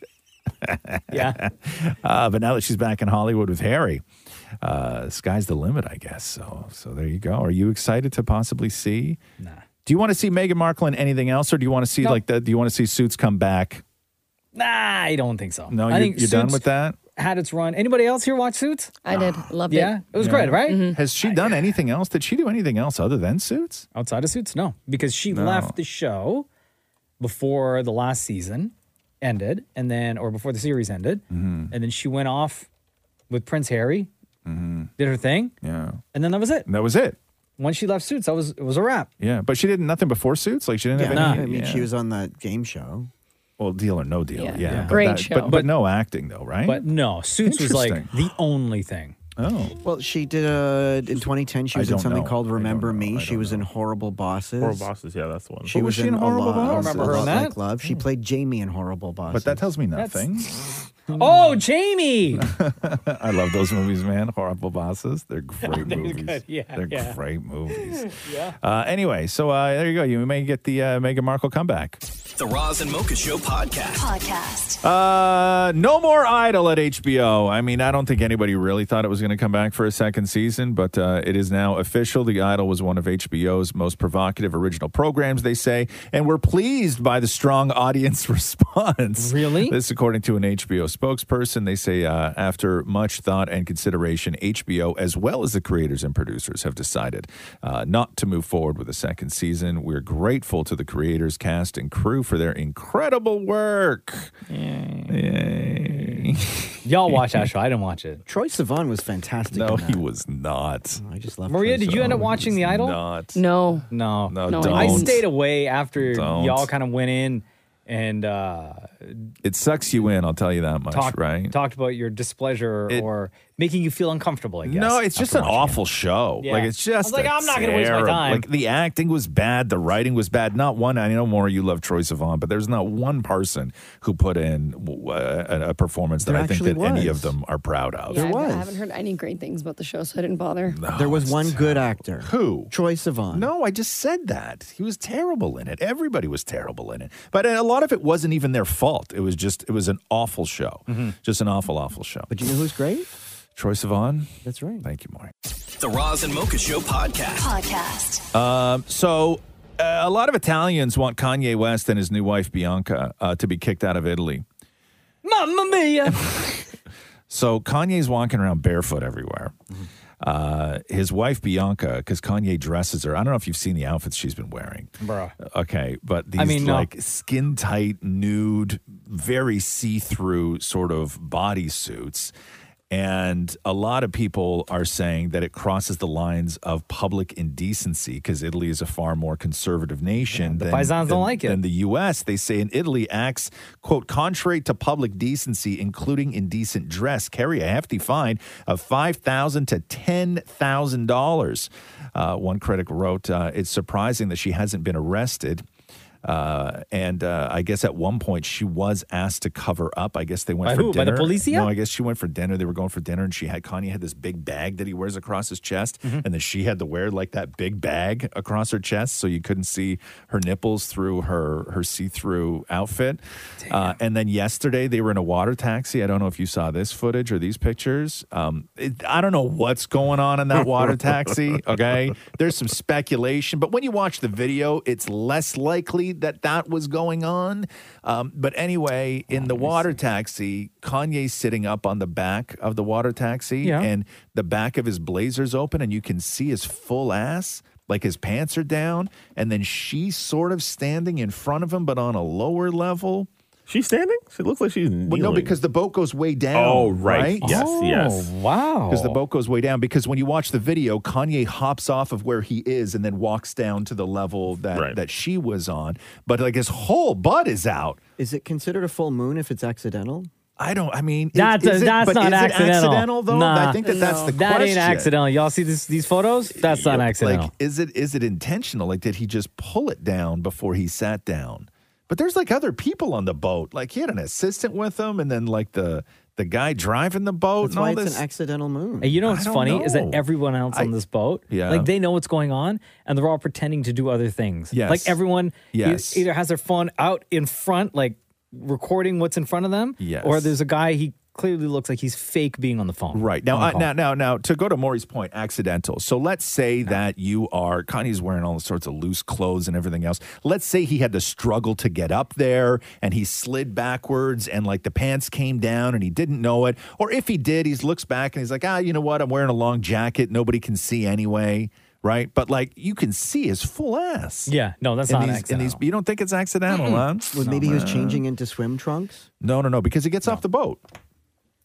yeah. [laughs] Uh, but now that she's back in Hollywood with Harry, uh, sky's the limit, I guess. So, so there you go. Are you excited to possibly see? Nah. Do you want to see Meghan Markle in anything else, or do you want to see No. like that? Do you want to see Suits come back? Nah, I don't think so. No, I you're, think you're done Suits with that. Had its run. Anybody else here watch Suits? I did. Loved it. Mm-hmm. Yeah, it was great, right? Has she done anything else? Did she do anything else other than Suits? Outside of Oh, Suits, no, because she left the show before the last season ended, and then or before the series ended, Mm-hmm, and then she went off with Prince Harry, mm-hmm. did her thing, yeah, and then that was it. That was it. Once she left Suits, that was it was a wrap. Yeah, but she did nothing before Suits. Like she didn't Yeah, have I any. mean, yeah. she was on that game show. well, Deal or No Deal. Yeah, Yeah. Yeah. But Great that- show. But, but no acting though, right? But no, Suits was like Interesting. the only thing. Oh. Well, she did a in 2010. She I was in don't something know. called Remember Me. She was in Horrible Bosses. Horrible Bosses, yeah, that's the one. She But was, in, Horrible Bosses. I remember her in that. Like Love. She played Jamie in Horrible Bosses. But that tells me nothing. Oh, [laughs] Jamie! I love those movies, man. Horrible Bosses. [laughs] They're great They're movies. good. Yeah, They're yeah. great movies. [laughs] yeah. Uh, anyway, so uh, there you go. You may get the uh, Meghan Markle comeback. The Roz and Mocha Show podcast. Podcast. Uh, no more Idol at HBO. I mean, I don't think anybody really thought it was going to come back for a second season, but uh, it is now official. The Idol was one of HBO's most provocative original programs, they say, and we're pleased by the strong [laughs] audience response. Really? This, according to an HBO spokesperson, they say uh, after much thought and consideration, HBO, as well as the creators and producers, have decided uh, not to move forward with a second season. We're grateful to the creators, cast, and crew for their incredible work. Yay. Y'all watch that show. I didn't watch it. Troy Sivan was fantastic. Oh, No, he was not. I just love Maria, did you end up watching The Idol? Not. No. No, No, no. don't. I stayed away after Don't. y'all kind of went in and uh, It sucks you in, I'll tell you that much, talked right? talked about your displeasure or making you feel uncomfortable. I guess. No, it's just an awful show. Yeah. Like it's I was just like, a I'm not gonna waste my terrib- time. Like the acting was bad, the writing was bad. Not one. I know more. You love Troy Sivan, but there's not one person who put in w- uh, a, a performance that There I think actually that any was. of them are proud of. Yeah, I- I haven't heard any great things about the show, so I didn't bother. there was one good actor. Oh, Who? Troy Sivan. No, I just said that. He was terrible in it. Everybody was terrible in it. But a lot of it wasn't even their fault. It was just, it was an awful show. Just an awful, awful show. But Mm-hmm. you know who's great? Troy Sivan. That's right. Thank you, Maury. The Roz and Mocha Show podcast. Podcast. Um, so uh, a lot of Italians want Kanye West and his new wife, Bianca, uh, to be kicked out of Italy. Mamma mia. So Kanye's walking around barefoot everywhere. Mm-hmm. Uh, his wife Bianca, because Kanye dresses her. I don't know if you've seen the outfits she's been wearing. Bruh. Okay, but these I mean, no. like skin tight, nude, very see through sort of bodysuits. And a lot of people are saying that it crosses the lines of public indecency because Italy is a far more conservative nation the than, Paisans don't than- like it. than the U.S. They say in Italy acts, quote, contrary to public decency, including indecent dress, carry a hefty fine of $5,000 to $10,000. Uh, one critic wrote, uh, it's surprising that she hasn't been arrested. Uh, and uh, I guess at one point she was asked to cover up. I guess they went By for who? By the dinner. polizia? No, I guess she went for dinner. They were going for dinner, and she had Kanye had this big bag that he wears across his chest, and then she had to wear like that big bag across her chest, so you couldn't see her nipples through her her see through outfit. Uh, and then yesterday they were in a water taxi. I don't know if you saw this footage or these pictures. Um, it, I don't know what's going on in that water taxi. Okay, there's some speculation, but when you watch the video, it's less likely that that was going on. Um, but anyway, in the water taxi, Kanye's sitting up on the back of the water taxi, Yeah. and the back of his blazer's open, and you can see his full ass. Like his pants are down, and then she's sort of standing in front of him, but on a lower level. She's standing? She looks like she's kneeling. Well, no, because the boat goes way down. Oh, Oh, right. Yes, yes. wow. Because the boat goes way down. Because when you watch the video, Kanye hops off of where he is and then walks down to the level that, that she was on. But like his whole butt is out. Is it considered a full moon if it's accidental? I don't. I mean, it- That's, is it- but that's is it not accidental. accidental, though? Nah. I think that that's the that ain't question. accidental. Y'all see this, these photos? That's not accidental. Like, is it is it intentional? Like, did he just pull it down before he sat down? But there's like other people on the boat. Like he had an assistant with him, and then like the the guy driving the boat. That's and why all it's this. an accidental moon. And you know what's I don't funny is that know. everyone else on Oh. I- this boat, Yeah. like they know what's going on, and they're all pretending to do other things. Yes. like everyone, e- Yes. either has their phone out in front, like recording what's in front of them, Yes. or there's a guy he clearly looks like he's fake being on the phone. Right now, on the I, call. now, now, now, to go to Maury's point, accidental. So let's say that you are Kanye's wearing all sorts of loose clothes and everything else. Let's say he had to struggle to get up there and he slid backwards and like the pants came down and he didn't know it. Or if he did, he looks back and he's like, ah, you know what? I'm wearing a long jacket. Nobody can see anyway. Right, but like you can see his full ass. Yeah, no, that's In not these- in accidental. these- you don't think it's accidental, huh? Well, maybe he was man. changing into swim trunks. No, no, no, because he gets off the boat.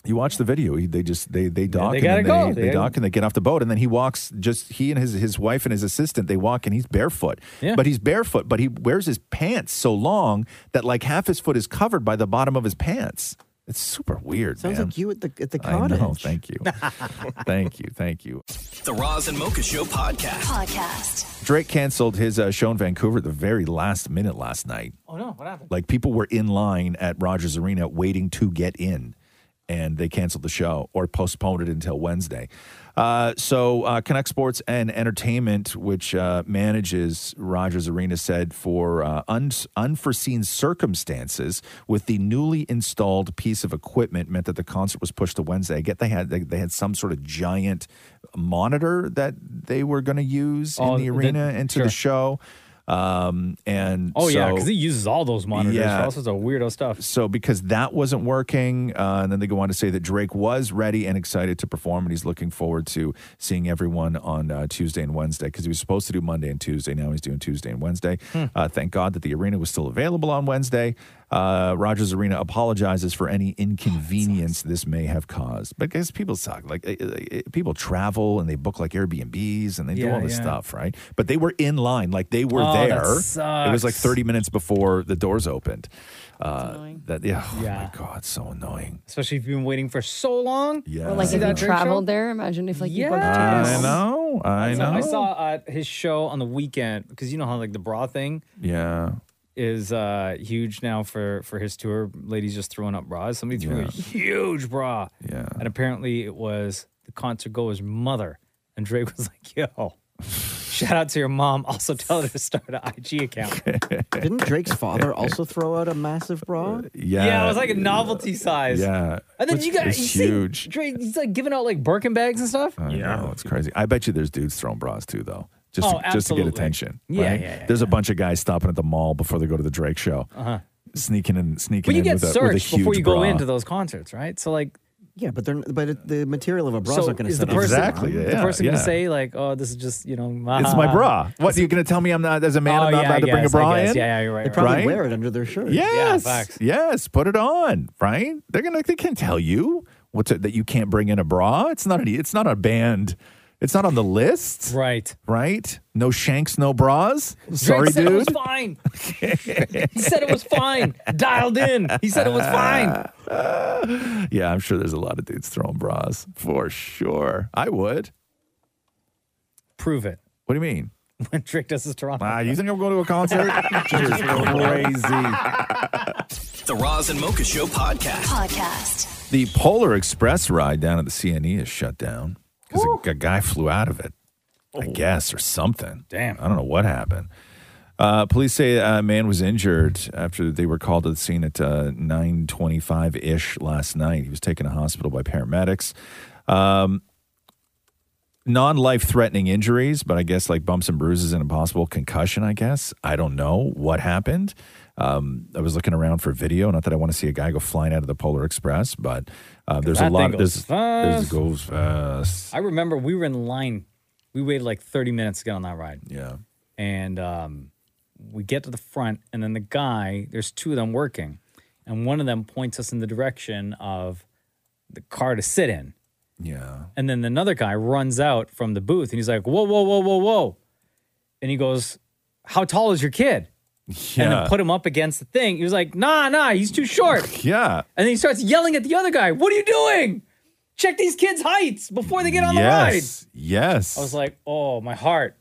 You watch the video. He, they just they they dock they and then gotta they, go. They they gotta- dock and they get off the boat and then he walks just he and his his wife and his assistant they walk and he's barefoot. Yeah. But he's barefoot, but he wears his pants so long that like half his foot is covered by the bottom of his pants. It's super weird, Sounds man. like you at the at the I cottage. know. Thank [laughs] you. thank you. Thank you. The Roz and Mocha Show podcast. Podcast. Drake canceled his uh, show in Vancouver at the very last minute last night. Oh no, what happened? Like people were in line at Rogers Arena waiting to get in, and they canceled the show or postponed it until Wednesday. Uh, so uh, Connect Sports and Entertainment, which uh, manages Rogers Arena, said for uh, un- unforeseen circumstances with the newly installed piece of equipment meant that the concert was pushed to Wednesday. I get they had they, they had some sort of giant monitor that they were going to use Oh, in the the- arena and to sure. the show. Um, and Oh yeah, so- because he uses all those monitors Yeah. for all sorts of weirdo stuff. so because that wasn't working, uh, and then they go on to say that Drake was ready and excited to perform, and he's looking forward to seeing everyone on uh, Tuesday and Wednesday because he was supposed Hmm. to do Monday and Tuesday. Now he's doing Tuesday and Wednesday. Uh, thank God that the arena was still available on Wednesday. Uh, Rogers Arena apologizes for any inconvenience this may have caused. But guess people suck. Like uh, uh, people travel and they book like Airbnbs and they do Yeah, all this yeah. stuff, right? But they were in line, like they were Oh, that there. It was like sucks. thirty minutes before the doors opened. Uh, that yeah, Oh my God, so annoying. Especially if you've been waiting for so long. Yeah. Or like See if you that drink show? traveled there, imagine if like you booked Yes. tickets. I know, I saw- know. I saw uh, his show on the weekend because you know how like the bra thing Yeah. is uh, huge now for for his tour. Ladies just throwing up bras. Somebody threw Yeah. a huge bra. Yeah. And apparently it was the concert goer's mother. And Drake was like, "Yo, shout out to your mom. Also tell her to start an IG [laughs] account." Didn't Drake's father also throw out a massive bra? Uh, Yeah. it was like a novelty size. Yeah. And then Which you got is you huge. See, Drake, he's like giving out like Birkin bags and stuff. I know, it's crazy. I bet you there's dudes throwing bras too, though, just Oh, to, just to get absolutely. attention. Yeah, right? yeah, yeah, There's a bunch of guys stopping at the mall before they go to the Drake show, Uh-huh. sneaking in, sneaking But you in get with, a, with a searched before huge you go bra. into those concerts, right? So like, yeah, but they're but it, the material of a bra's so not going to is the set person Exactly, the yeah, person yeah. gonna say like, "Oh, this is just you know my It's [laughs] my bra. What are you going to tell me? I'm not as a man. Uh-huh. Oh, I'm not yeah, allowed I to bring a guess, I bra guess. in. Yeah, yeah, you're right, They right, probably right? wear it under their shirt. Yes, facts. yes. Put it on, right? They're gonna. They can't tell you what's it, that you can't bring in a bra. It's not. A, it's not a band. It's not on the list. Right. Right. No shanks. No bras. Sorry, Drake said dude. It was fine. he said it was fine. Dialed in. He said it was fine. [laughs] yeah, I'm sure there's a lot of dudes throwing bras for sure. I would. Prove it. What do you mean? [laughs] When Drake does his Toronto. Ah, you think I'm going to a concert? [laughs] Just crazy. The Roz and Mocha Show podcast. Podcast. The Polar Express ride down at the CNE is shut down because a, a guy flew out of it, I Oh. guess, or something. Damn. I don't know what happened. Uh, police say a man was injured after they were called to the scene at uh, 9.25-ish last night. He was taken to hospital by paramedics. Um, non-life threatening injuries, but I guess like bumps and bruises and a possible concussion, I guess. I don't know what happened. Um, I was looking around for video. Not that I want to see a guy go flying out of the Polar Express, but uh, there's a That lot. thing There's, goes there's fast. goes fast. I remember we were in line. We waited like 30 minutes to get on that ride. Yeah. And um, we get to the front, and then the guy, there's two of them working, and one of them points us in the direction of the car to sit in. Yeah. And then another guy runs out from the booth and he's like, whoa, whoa, whoa, whoa, whoa. And he goes, How tall is your kid? And Yeah. then put him up against the thing. He was like, Nah, nah, he's too short. Yeah. And then he starts yelling at the other guy, What are you doing? Check these kids' heights before they get on yes. the ride. I Yes. was like, Oh, my heart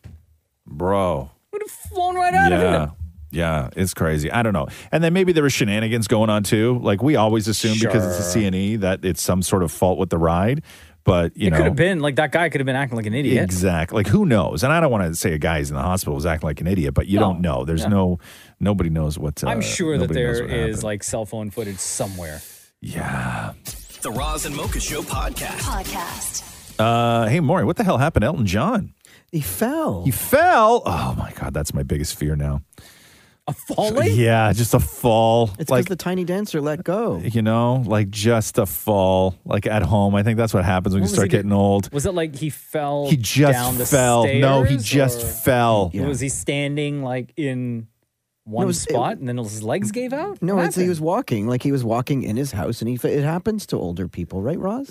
Bro. flown right out of yeah. here. Yeah, it's crazy. I don't know. And then maybe there were shenanigans going on too. Like we always assume because it's a Sure. CNE that it's some sort of fault with the ride. But you it know, could have been like that guy could have been acting like an idiot. Exactly. Like who knows? And I don't want to say a guy who's in the hospital was acting like an idiot, but you No. don't know. There's Yeah. no nobody knows what. Uh, I'm sure that nobody knows there what is happened. like cell phone footage somewhere. Yeah. The Roz and Mocha Show podcast. Podcast. Uh, hey, Maury, what the hell happened, to Elton John? He fell. He fell. Oh my God, that's my biggest fear now. A falling? Yeah, just a fall. It's because like the tiny dancer let go. you know, like just a fall. Like at home, I think that's what happens when What you was start he getting old. Was it like he fell? He just down the fell. no, he stairs, just or- fell. Was he standing like in one it was- spot and then his legs gave out? No, What it's, he happened? was walking like he was walking in his house, and he fa- it happens to older people, right, Roz?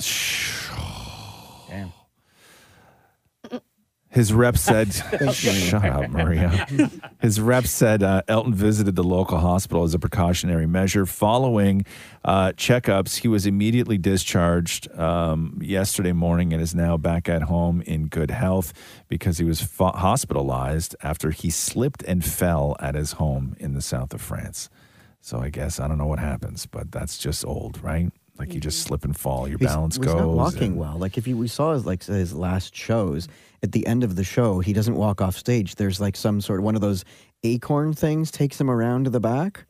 Damn. His rep [laughs] said, Thanks, Maria. Shut up, [laughs] Maria. His rep said uh, Elton visited the local hospital as a precautionary measure. Following uh, checkups, he was immediately discharged um, yesterday morning and is now back at home in good health because he was fo- hospitalized after he slipped and fell at his home in the south of France. So I guess, I don't know what happens, but that's just old, right? Like you just slip and fall, your Mm-hmm. He's- balance he's goes. not walking and- well. Like if you, we saw his, like his last shows, at the end of the show, he doesn't walk off stage. There's like some sort of one of those acorn things takes him around to the back.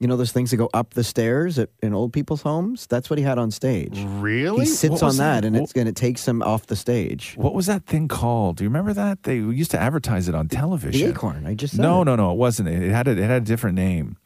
You know those things that go up the stairs at, in old people's homes. That's what he had on stage. Really? He sits What on was that, that? and it's and it takes him off the stage. What was that thing called? Do you remember that? They used to advertise it on television. acorn. I just said no, it. no, no. It wasn't. It had a, it had a different name.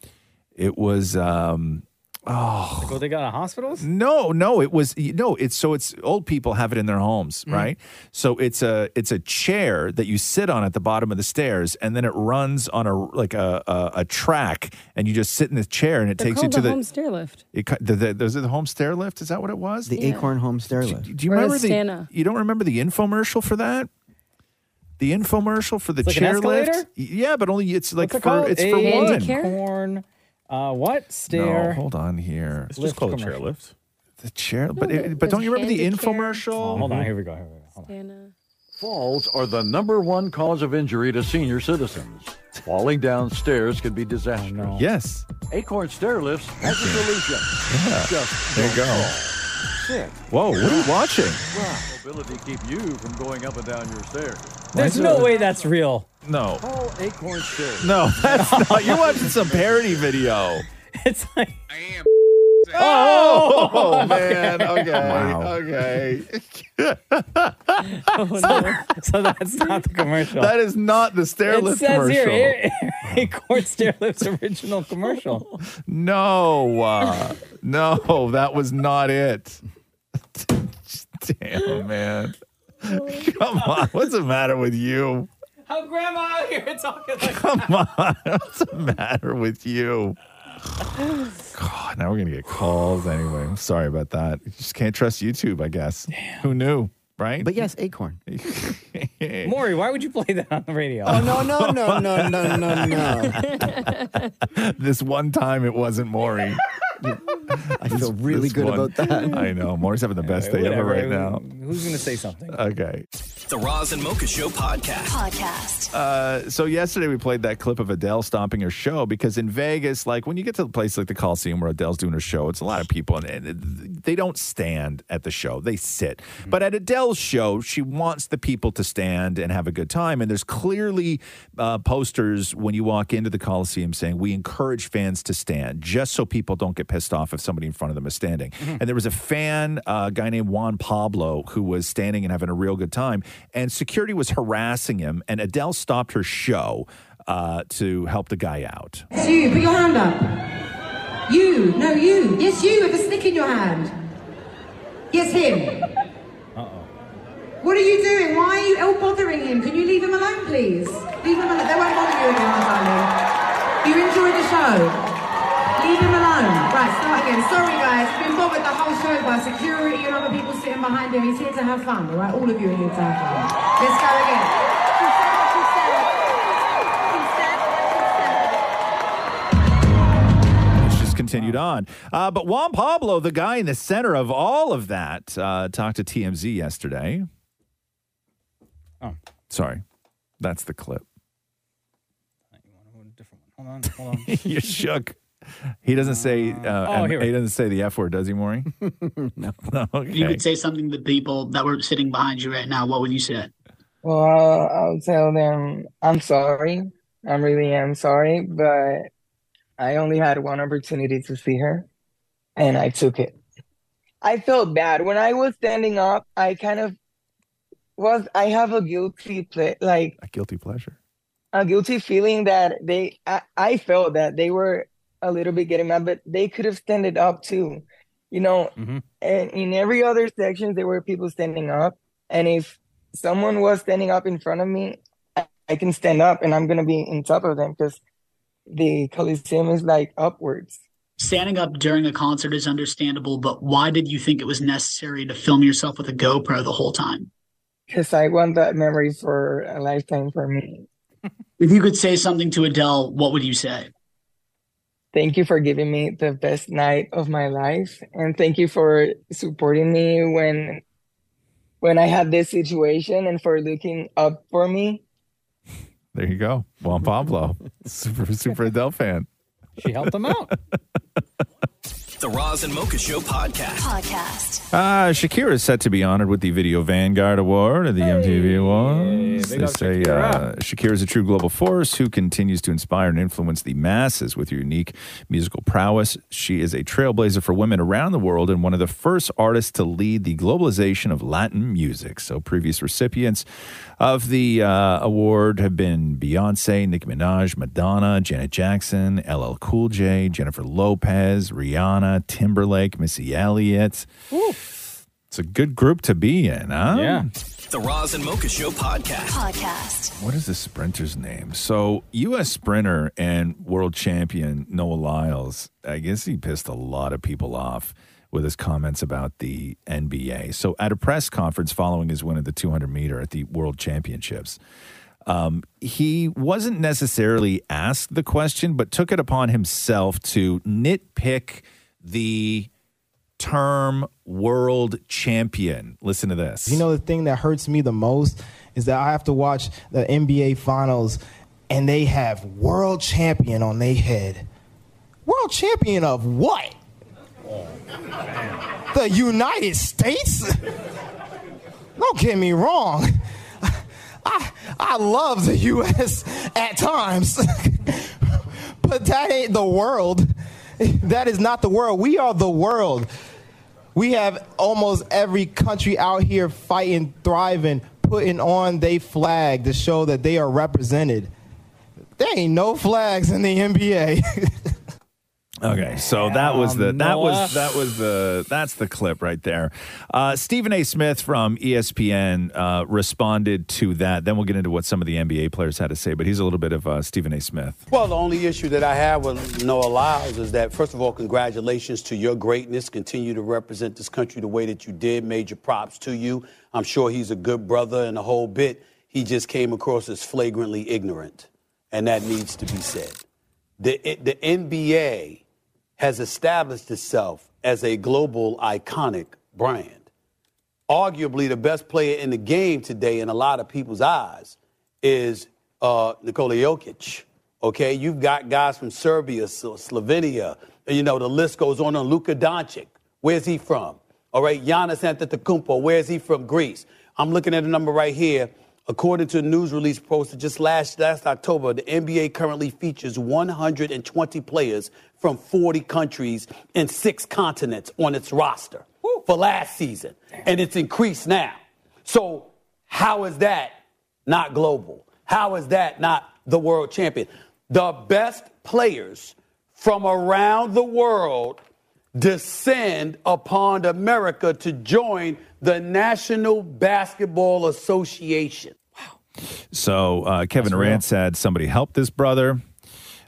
It was um, Oh. Like, what they got in hospitals? No, no, it was no, it's so it's old people have it in their homes, right? So it's a it's a chair that you sit on at the bottom of the stairs and then it runs on a like a a, a track and you just sit in the chair and Uh, it They're takes you called to the the home stair lift. It, cu- the, the, was it the home stair lift? Is that what it was? The Yeah. Acorn Home Stair Lift. Do you Or the remember the? Stana. You don't remember the infomercial for that? The infomercial for the It's like an chair lift. escalator? Yeah, but only it's like What's it for called? it's for A one. Corn. Uh, what No, stair? hold on here. It's just Lift called a chair commercial. lift. The chair, but it, but don't you remember the infomercial? Oh, Mm-hmm. hold on, here we go. Here we go. Falls are the number one cause of injury to senior citizens. Falling downstairs can be disastrous. Yes. Acorn stair lifts has a solution. Just There you don't go. fall. Sit. Whoa, what are you watching? Wow. Mobility keep you from going up and down your stairs. There's no way that's real. No. Call Acorn Stair. No, [laughs] that's not. You're watching some parody video. [laughs] It's like. [laughs] Oh, Oh, man. okay. Okay. Wow. [laughs] Okay. [laughs] Oh, so, so that's not the commercial. That is not the stair it lift says commercial. Here, Acorn Stair Lift's original commercial. No, uh, no, that was not it. Damn, man. Come on. What's the matter with you? [laughs] How grandma out here talking like Come on. What's the matter with you? God, now we're going to get calls anyway. I'm sorry about that. You just can't trust YouTube, I [laughs] guess. Who knew, right? But yes, [laughs] Acorn. Maury, why would you play that on the radio? Oh, no, no, no, no, no, no, no. [laughs] this one time it wasn't Maury. I feel really good about that. I know. Maury's having the best day Whatever. ever right now. Who's going to say something? Okay. The Roz and Mocha Show podcast. Podcast. Uh, so yesterday we played that clip of Adele stomping her show because in Vegas, like when you get to the place like the Coliseum where Adele's doing her show, it's a lot of people and, and it- they don't stand at the show; they sit. But at Adele's show, she wants the people to stand and have a good time. And there's clearly uh, posters when you walk into the Coliseum saying we encourage fans to stand, just so people don't get pissed off if somebody in front of them is standing. And there was a fan, uh, a guy named Juan Pablo, who was standing and having a real good time, and security was harassing him. And Adele stopped her show uh, to help the guy out. It's you. Put your hand up. You. No, you. Yes, you with a stick in your hand. Yes, him. What are you doing? Why are you all bothering him? Can you leave him alone, please? Leave him alone. They won't bother you anymore, darling. You enjoy the show. Leave him alone. Right, start again. Sorry, guys. Been bothered the whole show by security and other people sitting behind him. He's here to have fun, all right? All of you are here to have fun. Let's go again. It's just continued on. Uh, but Juan Pablo, the guy in the center of all of that, uh, talked to TMZ yesterday. Oh. sorry, that's the clip. [laughs] [laughs] Hold on, hold [laughs] on. you shook. He doesn't say. Uh, Oh, and here we he doesn't say the F word, does he, Maury? [laughs] no. [laughs] Okay. You could say something to the people that were sitting behind you right now. What would you say? Well, I'll, I'll tell them I'm sorry. I really am sorry, but I only had one opportunity to see her, and I took it. I felt bad when I was standing up. I kind of was. I have a guilty ple like a guilty pleasure, a guilty feeling that they. I, I felt that they were a little bit getting mad, but they could have standed up too. You know, Mm-hmm. Mm-hmm. and in every other section there were people standing up and if someone was standing up in front of me i, I can stand up and i'm going to be in top of them because the coliseum is like upwards Standing up during a concert is understandable, but why did you think it was necessary to film yourself with a GoPro the whole time? because i want that memory for a lifetime for me If you could say something to Adele, what would you say? thank you for giving me the best night of my life and thank you for supporting me when when i had this situation and for looking up for me There you go, Juan Pablo, [laughs] super super Adele fan. She helped him out. The Roz and Mocha Show podcast. Podcast. Uh, Shakira is set to be honored with the Video Vanguard Award at the MTV Awards. big they up say Shakira. uh, Shakira is a true global force who continues to inspire and influence the masses with her unique musical prowess. She is a trailblazer for women around the world and one of the first artists to lead the globalization of Latin music. So, previous recipients of the uh, award have been Beyonce, Nicki Minaj, Madonna, Janet Jackson, LL Cool J, Jennifer Lopez, Rihanna. Rihanna, Timberlake, Missy Elliott. It's a good group to be in, huh? Yeah. The Roz and Mocha Show podcast. Podcast. What is the sprinter's name? So, U.S. sprinter and world champion Noah Lyles, I guess he pissed a lot of people off with his comments about the NBA. So, at a press conference following his win of the 200 meter at the World Championships, um, he wasn't necessarily asked the question, but took it upon himself to nitpick the term world champion. Listen to this. You know, the thing that hurts me the most is that I have to watch the NBA finals and they have world champion on their head. World champion of what? The United States? Don't get me wrong. I, I love the U.S. at times, [laughs] but that ain't the world. That is not the world. We are the world. We have almost every country out here fighting, thriving, putting on they flag to show that they are represented. There ain't no flags in the [laughs] NBA. Okay, so that was the that was Noah. that was the that's the clip right there. Uh, Stephen A. Smith from E ESPN uh, responded to that. Then we'll get into what some of the NBA players had to say, but he's a little bit of uh, Stephen A. Smith. Well, the only issue that I have with Noah Lyles is that, first of all, congratulations to your greatness. Continue to represent this country the way that you did. Major props to you. I'm sure he's a good brother and a whole bit. He just came across as flagrantly ignorant, and that needs to be said. The, it- the NBA has established itself as a global iconic brand. Arguably, the best player in the game today, in a lot of people's eyes, is uh, Nikola Jokic. Okay, you've got guys from Serbia, Slo- Slovenia. You know the list goes on. And Luka Doncic, where's he from? All right, Giannis Antetokounmpo, where's he from? Greece. I'm looking at a number right here. According to a news release posted just last last October, the NBA currently features 120 players from 40 countries and six continents on its roster for last season, and it's increased now. So how is that not global? How is that not the world champion? The best players from around the world descend upon America to join the National Basketball Association. So uh, Kevin Durant said somebody help this brother.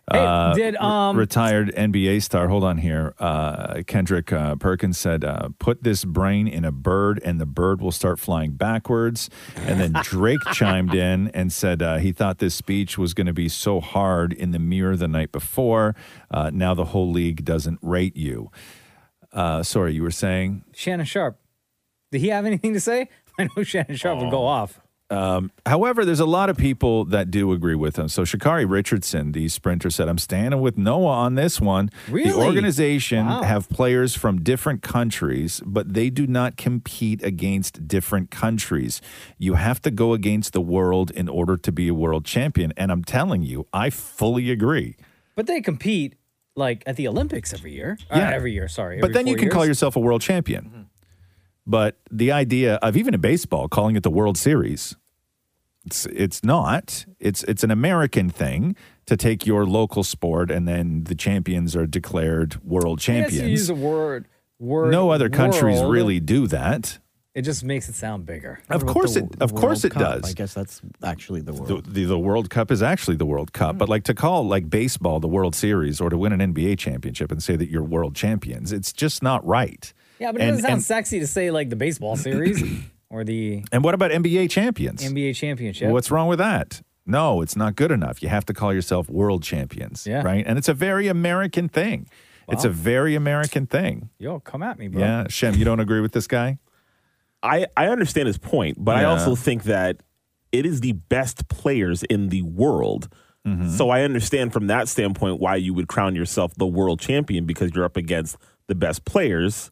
Uh, Hey, did, re- um, retired NBA star? Hold on here. Uh, Kendrick uh, Perkins said, uh, "Put this brain in a bird, and the bird will start flying backwards." And [laughs] then Drake chimed in and said uh, he thought this speech was going to be so hard in the mirror the night before. Uh, now the whole league doesn't rate you. Uh, sorry, you were saying Shannon Sharp. Did he have anything to say? [laughs] I know Shannon Sharp would go off. Um, however, there's a lot of people that do agree with him. So Shakari Richardson, the sprinter, said, "I'm standing with Noah on this one. Really? The organization Wow. have players from different countries, but they do not compete against different countries. You have to go against the world in order to be a world champion. And I'm telling you, I fully agree. But they compete like at the Olympics every year. Yeah. Uh, every year, sorry. but every then you four can call years. yourself a world champion. But the idea of even in baseball calling it the World Series, it's it's not. It's it's an American thing to take your local sport and then the champions are declared world I guess you champions. use a word. Word. No other countries world. really do that. It just makes it sound bigger. Of course it of course it does. guess that's actually the World. The, the, World Cup is actually the World Cup, Hmm. but like to call like baseball the World Series or to win an NBA championship and say that you're world champions, it's just not right. Yeah, but it And- doesn't sound and- sexy to say like the [clears throat] baseball series or the And what about NBA champions? NBA championship. Well, what's wrong with that? No, it's not good enough. You have to call yourself world champions, Yeah. right? And it's a very American thing. It's a Wow. very American thing. Yo, come at me, bro. Yeah, Shem, you don't agree with this guy? I, I understand his point, but I Yeah. also think that it is the best players in the world. Mm-hmm. So I understand from that standpoint why you would crown yourself the world champion because you're up against the best players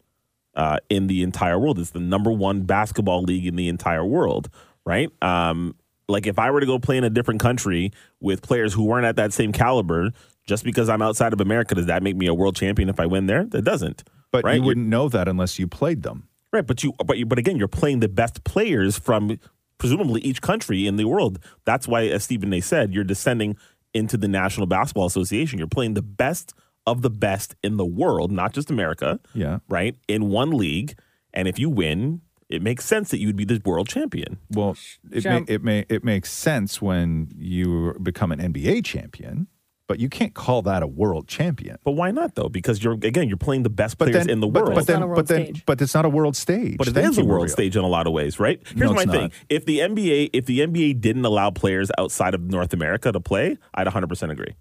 uh, in the entire world. It's the number one basketball league in the entire world, right? Um, like if I were to go play in a different country with players who weren't at that same caliber, just because I'm outside of America, does that make me a world champion if I win there? That doesn't. But right? you wouldn't know that unless you played them. Right, but you, but you, but again, you're playing the best players from presumably each country in the world. That's why, as Stephen A. said, you're descending into the National Basketball Association. You're playing the best of the best in the world, not just America. Yeah. Right? In one league. And if you win, it makes sense that you would be the world champion. Well, it may, Champ. it may it makes sense when you become an NBA champion, but you can't call that a world champion. But why not though? Because you're again you're playing the best But players then- in the but- world. But, then, but then, but it's not a world stage. But it is Thank a you, world Mario. stage in a lot of ways, right? Here's No, my it's thing: not. if the NBA, if the NBA didn't allow players outside of North America to play, I'd 100 percent agree.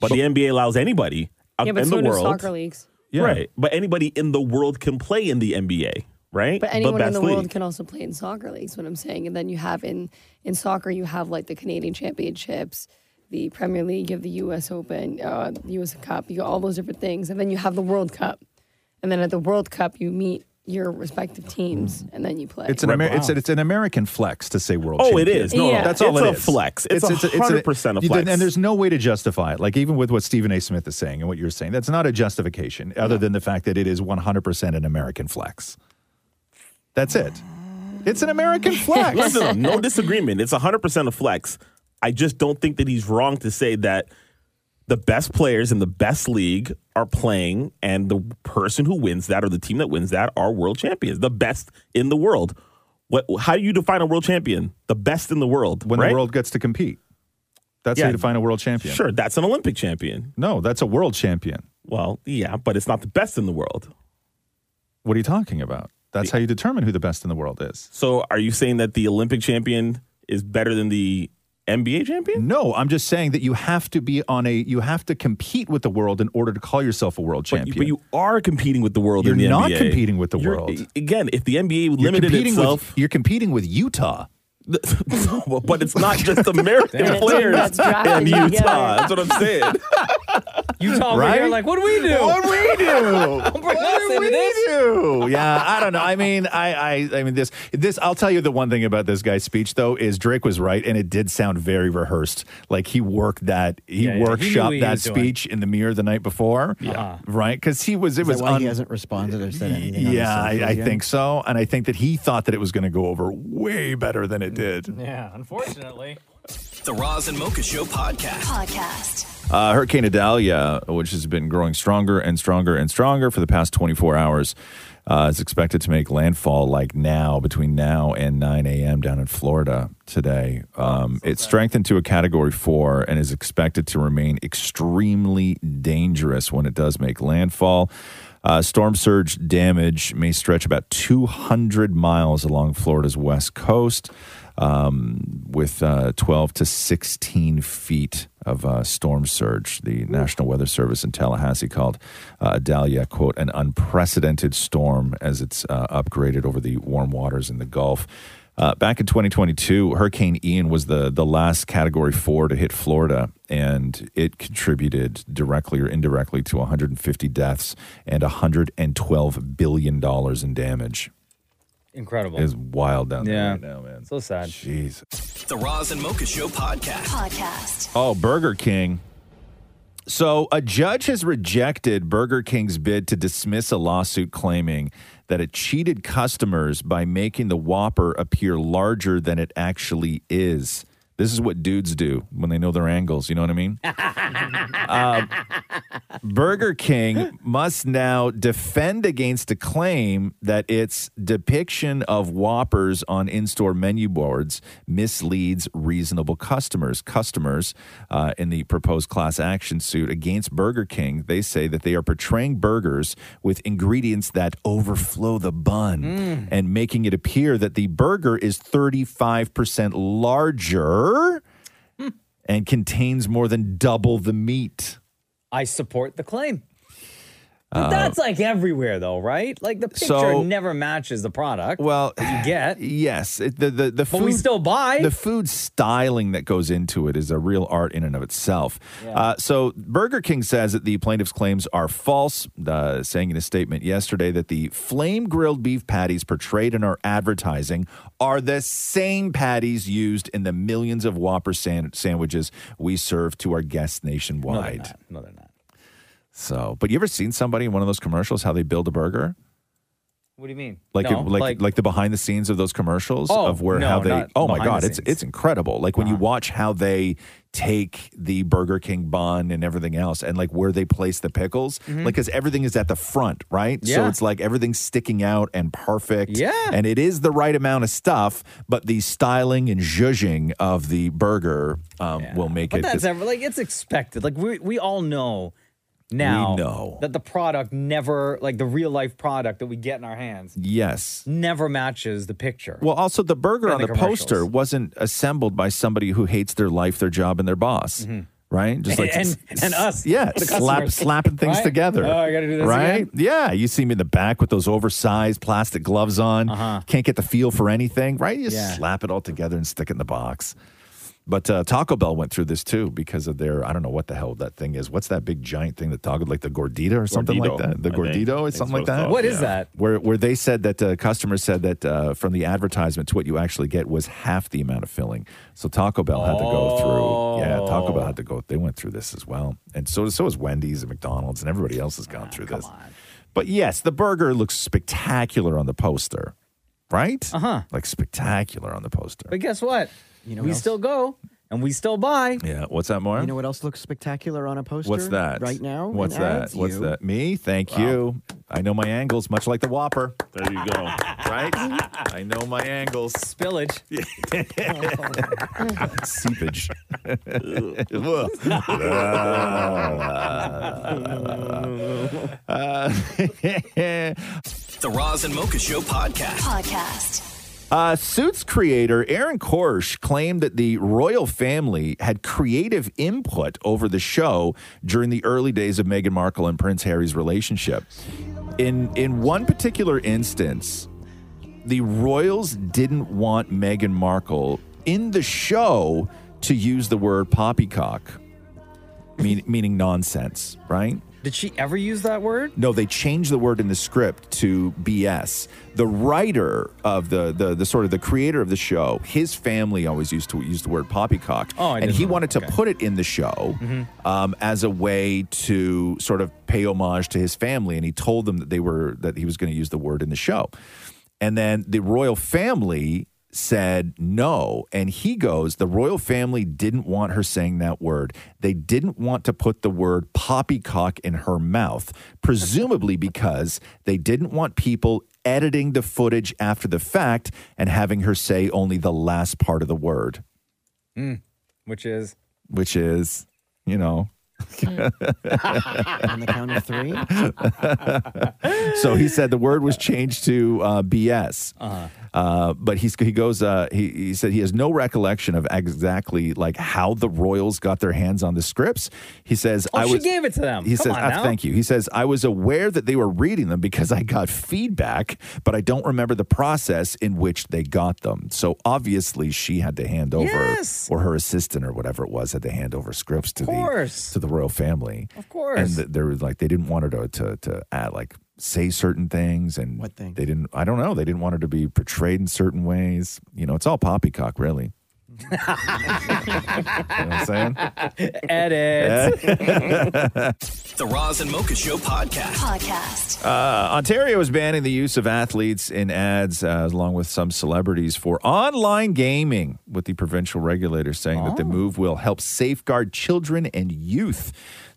But the NBA allows anybody out yeah, but in so the do world, soccer leagues. right? But anybody in the world can play in the NBA, right? But anyone in best the league. world can also play in soccer leagues. What I'm saying, and then you have in in soccer, you have like the Canadian Championships, the Premier League, you have the U.S. Open, uh, the U.S. Cup, you got all those different things, and then you have the World Cup, and then at the World Cup you meet your respective teams, and then you play. It's an Amer- it's, it's an American flex to say world. Oh, it champion. is. No, Yeah. that's all it's it a is. flex. It's a- a- 100% a you- flex. And there's no way to justify it. Like even with what Stephen A. Smith is saying and what you're saying, that's not a justification other than the fact that it is 100 percent an American flex. That's it. It's an American [laughs] flex. Listen, no disagreement. It's 100% a flex. I just don't think that he's wrong to say that the best players in the best league are playing, and the person who wins that or the team that wins that are world champions, the best in the world. What, how do you define a world champion? The best in the world. When the right? world gets to compete. That's how Yeah. you define a world champion. Sure, that's an Olympic champion. No, that's a world champion. Well, yeah, but it's not the best in the world. What are you talking about? That's how you determine who the best in the world is. So are you saying that the Olympic champion is better than the NBA champion? No, I'm just saying that you have to be on a you have to compete with the world in order to call yourself a world champion. But you are competing with the world in the You're not NBA. competing with the You're- world. Again, if the NBA limited competing with- itself, you're competing with Utah. but it's not just American [laughs] Damn. players That's in drafted Utah. together. That's what I'm [laughs] saying. Utah over here, Right? like, what do we do? What do [laughs] we do? Don't bring us into this. do. Yeah, I don't know. I mean, I, I, I mean, this, this. I'll tell you the one thing about this guy's speech though is Drake was right, and it did sound very rehearsed. Like he worked that, he Yeah, yeah. He knew what he workshopped was that doing. speech in the mirror the night before. Yeah, right. Because he was, it Is was. that why un- he hasn't responded or said anything. on his yeah, I, socials I yet? think so, and I think that he thought that it was going to go over way better than it did. Yeah, unfortunately. The Roz and Mocha Show podcast. Podcast. Uh, Hurricane Idalia, which has been growing stronger and stronger and stronger for the past 24 hours, uh, is expected to make landfall like now, between now and 9 a.m. down in Florida today. Um, it strengthened to a category four and is expected to remain extremely dangerous when it does make landfall. Uh, storm surge damage may stretch about 200 miles along Florida's west coast um, with uh, 12 to 16 feet of uh, storm surge. The National Weather Service in Tallahassee called uh, Adalia, quote, an unprecedented storm as it's uh, upgraded over the warm waters in the Gulf. Uh, back in 2022, Hurricane Ian was the, the last Category 4 to hit Florida, and it contributed directly or indirectly to 150 deaths and $112 billion in damage. Incredible. It's wild down there yeah. right now, man. So sad. Jeez. The Roz and Mocha Show podcast. Podcast. Oh, Burger King. So, a judge has rejected Burger King's bid to dismiss a lawsuit claiming that it cheated customers by making the Whopper appear larger than it actually is. This is what dudes do when they know their angles. You know what I mean? [laughs] uh, Burger King must now defend against a claim that its depiction of Whoppers on in store menu boards misleads reasonable customers. Customers uh, in the proposed class action suit against Burger King, they say that they are portraying burgers with ingredients that overflow the bun and making it appear that the burger is 35% larger and contains more than double the meat. I support the claim. But that's like everywhere, though, right? Like the picture Uh, so- never matches the product. Well, you [sighs] get yes, it- the the the But we still buy. the food styling that goes into it is a real art in and of itself. Uh, so Burger King says that the plaintiff's claims are false, uh, saying in a statement yesterday that the flame grilled beef patties portrayed in our advertising are the same patties used in the millions of Whopper san- sandwiches we serve to our guests nationwide. No, they're not. So, but you ever seen somebody in one of those commercials how they build a burger? What do you mean? Like, No, it, like, like the behind the scenes of those commercials Oh, of where no, how they not oh my behind god the Uh-huh. it's it's incredible like when you watch how they take the Burger King bun and everything else and like where they place the pickles Mm-hmm. Mhm. like because everything is at the front right so Yeah. it's like everything's sticking out and perfect Yeah. and it is the right amount of stuff but the styling and zhuzhing of the burger um, will make But it that's ever like it's expected. Like we we all know now know. that the product never like the real life product that we get in our hands yes never matches the picture. Well, also the burger And on the the, poster wasn't assembled by somebody who hates their life, their job, and their boss. Mhm. Right, just like [laughs] And- and us, yeah, the slap, customers. slapping things Right? together. Oh, I gotta do this right? again? Yeah, you see me in the back with those oversized plastic gloves on. Uh-huh. Can't get the feel for anything. Right, you just Yeah. slap it all together and stick it in the box. But uh, Taco Bell went through this too because of their I don't know what the hell that thing is. What's that big giant thing that Taco like the gordita or something like Gordito, that? The I think. gordito or It's something what it's like that. called, What is yeah. that? Where where they said that uh, customers said that uh, from the advertisement to what you actually get was half the amount of filling. So Taco Bell had to go through. Yeah, Taco Bell had to go. They went through this as well, and so so has Wendy's and McDonald's and everybody else has Oh, gone through this. But yes, the burger looks spectacular on the poster, right? Uh Uh-huh. huh. Like spectacular on the poster. But guess what? You know we what else? still go and we still buy. Yeah. What's that, Maura? You know what else looks spectacular on a poster? What's that? Right now? in What's that? ads? What's You. that? Me? Thank you. I know my angles, much like the Whopper. There you go. right? I know my angles. Spillage. [laughs] [laughs] Seepage. The Roz and Mocha Show podcast. Podcast. [laughs] Uh, Suits creator Aaron Korsh claimed that the royal family had creative input over the show during the early days of Meghan Markle and Prince Harry's relationship. In in one particular instance, the royals didn't want Meghan Markle in the show to use the word poppycock, mean, [laughs] meaning nonsense, right? Did she ever use that word? No, they changed the word in the script to BS. The writer of the the, the sort of the creator of the show, his family always used to use the word poppycock, Oh, I and didn't he know that. wanted to put it in the show Mm-hmm. Mhm. um, as a way to sort of pay homage to his family. And he told them that they were that he was going to use the word in the show, and then the royal family said no and he goes the royal family didn't want her saying that word they didn't want to put the word poppycock in her mouth presumably because they didn't want people editing the footage after the fact and having her say only the last part of the word Mm. Which is which is, you know. [laughs] On the count of three? so he said the word was changed to uh, BS. Uh-huh. Uh, but he's, he goes, uh, he, he said he has no recollection of exactly like how the Royals got their hands on the scripts. He says, Oh, I she was, gave it to them. He Come says, on "Ah, now." thank you. He says, I was aware that they were reading them because I got feedback, but I don't remember the process in which they got them. So obviously she had to hand over Yes. or her assistant or whatever it was had to hand over scripts to course. the, to the royal family. Of course. [laughs] And th- there was like, they didn't want her to, to, to add like, say certain things and what thing? they didn't, I don't know. They didn't want her to be portrayed in certain ways. You know, it's all poppycock really. You know what I'm saying? Edit. [laughs] the Roz and Mocha Show podcast. Podcast. Uh, Ontario is banning the use of athletes in ads, uh, along with some celebrities, for online gaming, with the provincial regulator saying that the move will help safeguard children and youth.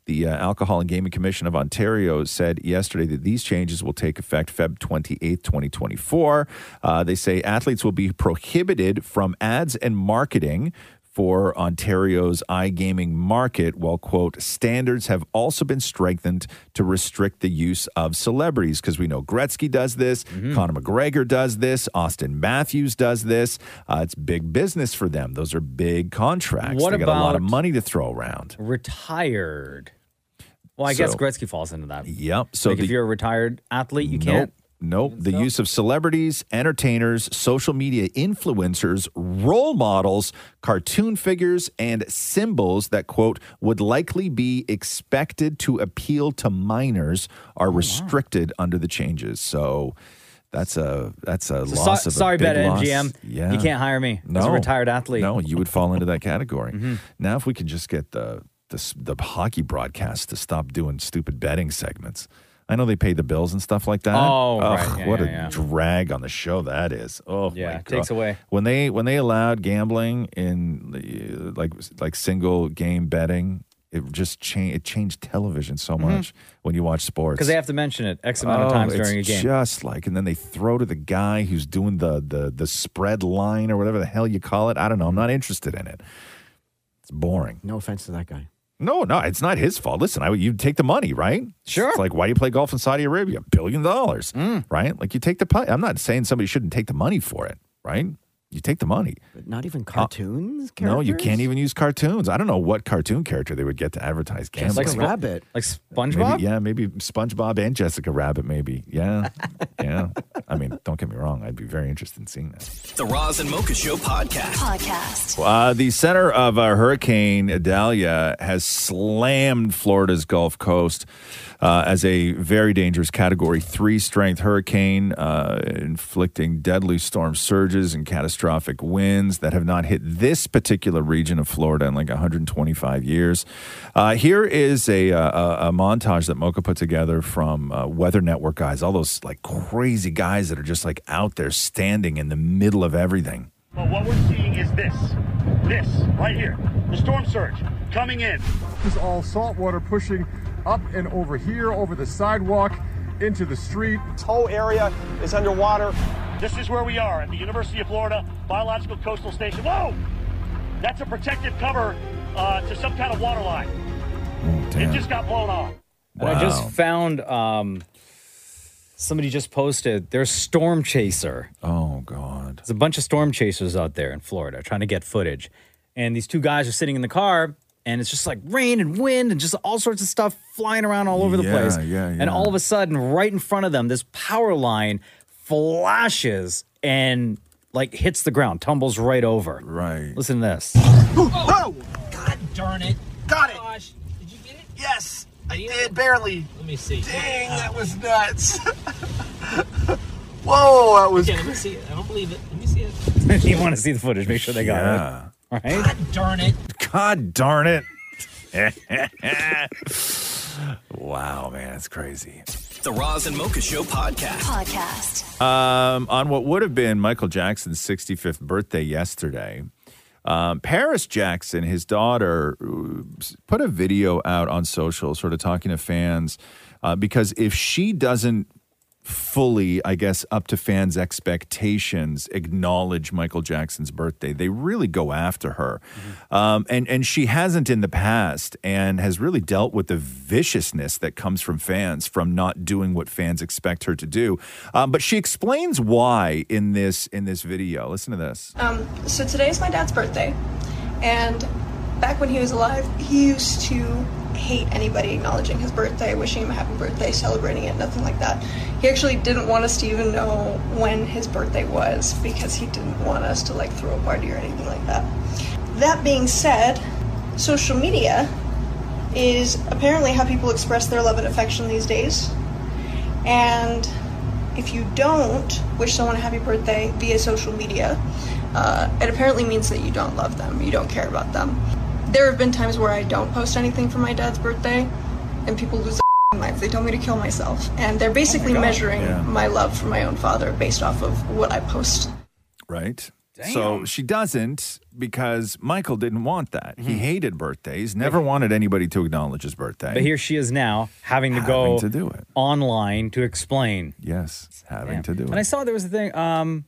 The uh, Alcohol and Gaming Commission of Ontario said yesterday that these changes will take effect Feb 28th, 2024. Uh, they say athletes will be prohibited from ads and marketing for Ontario's iGaming market, while, quote, standards have also been strengthened to restrict the use of celebrities. Because we know Gretzky does this, Mm-hmm. Conor McGregor does this, Austin Matthews does this. Uh, it's big business for them. Those are big contracts. What they got a lot of about- money to throw around. retired. Well, I guess So- Gretzky falls into that. Yep. So like the- if you're a retired athlete, you can't. Nope. Nope. The use of celebrities, entertainers, social media influencers, role models, cartoon figures, and symbols that, quote, would likely be expected to appeal to minors Oh, are restricted under the changes. So that's a that's a So loss so- of a sorry, big Bet loss. MGM. Yeah. You can't hire me as a retired athlete. No, you would fall into that category. Mhm. Now, if we can just get the, the s- the hockey broadcast to stop doing stupid betting segments, I know they pay the bills and stuff like that. Oh, Ugh, right. Yeah, what yeah, a yeah. drag on the show that is. Oh, my Yeah, it takes God. away. when they when they allowed gambling in the, uh, like like single game betting. It just changed. It changed television so much when you watch sports Mm-hmm. Because they have to mention it X amount of Oh, times it's during a game. Just like, and then they throw to the guy who's doing the the the spread line or whatever the hell you call it. I don't know. I'm not interested in it. It's boring. No offense to that guy. No, no, it's not his fault. Listen, I would you take the money, right? Sure. It's like why do you play golf in Saudi Arabia? Billion dollars, Mm. right? Like you take the. pu- I'm not saying somebody shouldn't take the money for it, right? You take the money. But Uh, not even cartoons. No, you can't even use cartoons. I don't know what cartoon character they would get to advertise gambling. Jessica Rabbit. Like SpongeBob? Maybe, yeah, maybe SpongeBob and Jessica Rabbit, maybe. Yeah. yeah. I mean, don't get me wrong. I'd be very interested in seeing that. The Roz and Mocha Show podcast. Podcast. Uh, the center of uh, Hurricane Idalia has slammed Florida's Gulf Coast uh, as a very dangerous Category 3 strength hurricane, uh, inflicting deadly storm surges and catastrophic winds that have not hit this particular region of Florida in like 125 years. Uh, here is a, uh, a, a montage that Mocha put together from uh, Weather Network guys, all those like crazy guys that are just like out there standing in the middle of everything. But what we're seeing is this. This, right here. The storm surge coming in. This is all salt water pushing up and over here, over the sidewalk, into the street. This whole area is underwater. This is where we are at the University of Florida Biological Coastal Station. Whoa! That's a protective cover uh, to some kind of water line. It just got blown off. And I just found um, somebody just posted their storm chaser. Oh God! There's a bunch of storm chasers out there in Florida trying to get footage, and these two guys are sitting in the car, and it's just like rain and wind and just all sorts of stuff flying around all over the Yeah, place. yeah, yeah. And all of a sudden, right in front of them, this power line flashes and like hits the ground, tumbles right over. Right. Listen to this. [gasps] [laughs] Oh! God darn it. Got it. Gosh. Did you get it? Yes. I did, barely. Let me see. Uh, Dang, that was nuts. [laughs] Whoa, that was. Okay, let me see it. I don't believe it. Let me see it. if you want to see the footage, make sure they got Yeah. it. All right. God darn it. God darn it. [laughs] wow, man, it's crazy. The Roz and Mocha Show podcast. Podcast. Um, on what would have been Michael Jackson's 65th birthday yesterday, um, Paris Jackson, his daughter, uh, put a video out on social, sort of talking to fans, uh, because if she doesn't fully, I guess, up to fans' expectations, acknowledge Michael Jackson's birthday. They really go after her, um, and and she hasn't in the past, and has really dealt with the viciousness that comes from fans from not doing what fans expect her to do. Um, but she explains why in this in this video. Listen to this. Um, so today is my dad's birthday, and back when he was alive, he used to hate anybody acknowledging his birthday, wishing him a happy birthday, celebrating it, nothing like that. He actually didn't want us to even know when his birthday was because he didn't want us to like throw a party or anything like that. That being said, social media is apparently how people express their love and affection these days. And if you don't wish someone a happy birthday via social media, uh, it apparently means that you don't love them, you don't care about them. There have been times where I don't post anything for my dad's birthday, and people lose their lives. They tell me to kill myself, and they're basically God. measuring Yeah. my love for my own father based off of what I post. Right. So she doesn't because Michael didn't want that. Hmm. He hated birthdays, never wanted anybody to acknowledge his birthday. But here she is now having to go Having to do it. online to explain. Yes, [laughs] having Damn. to do it. And I saw there was a thing. Um,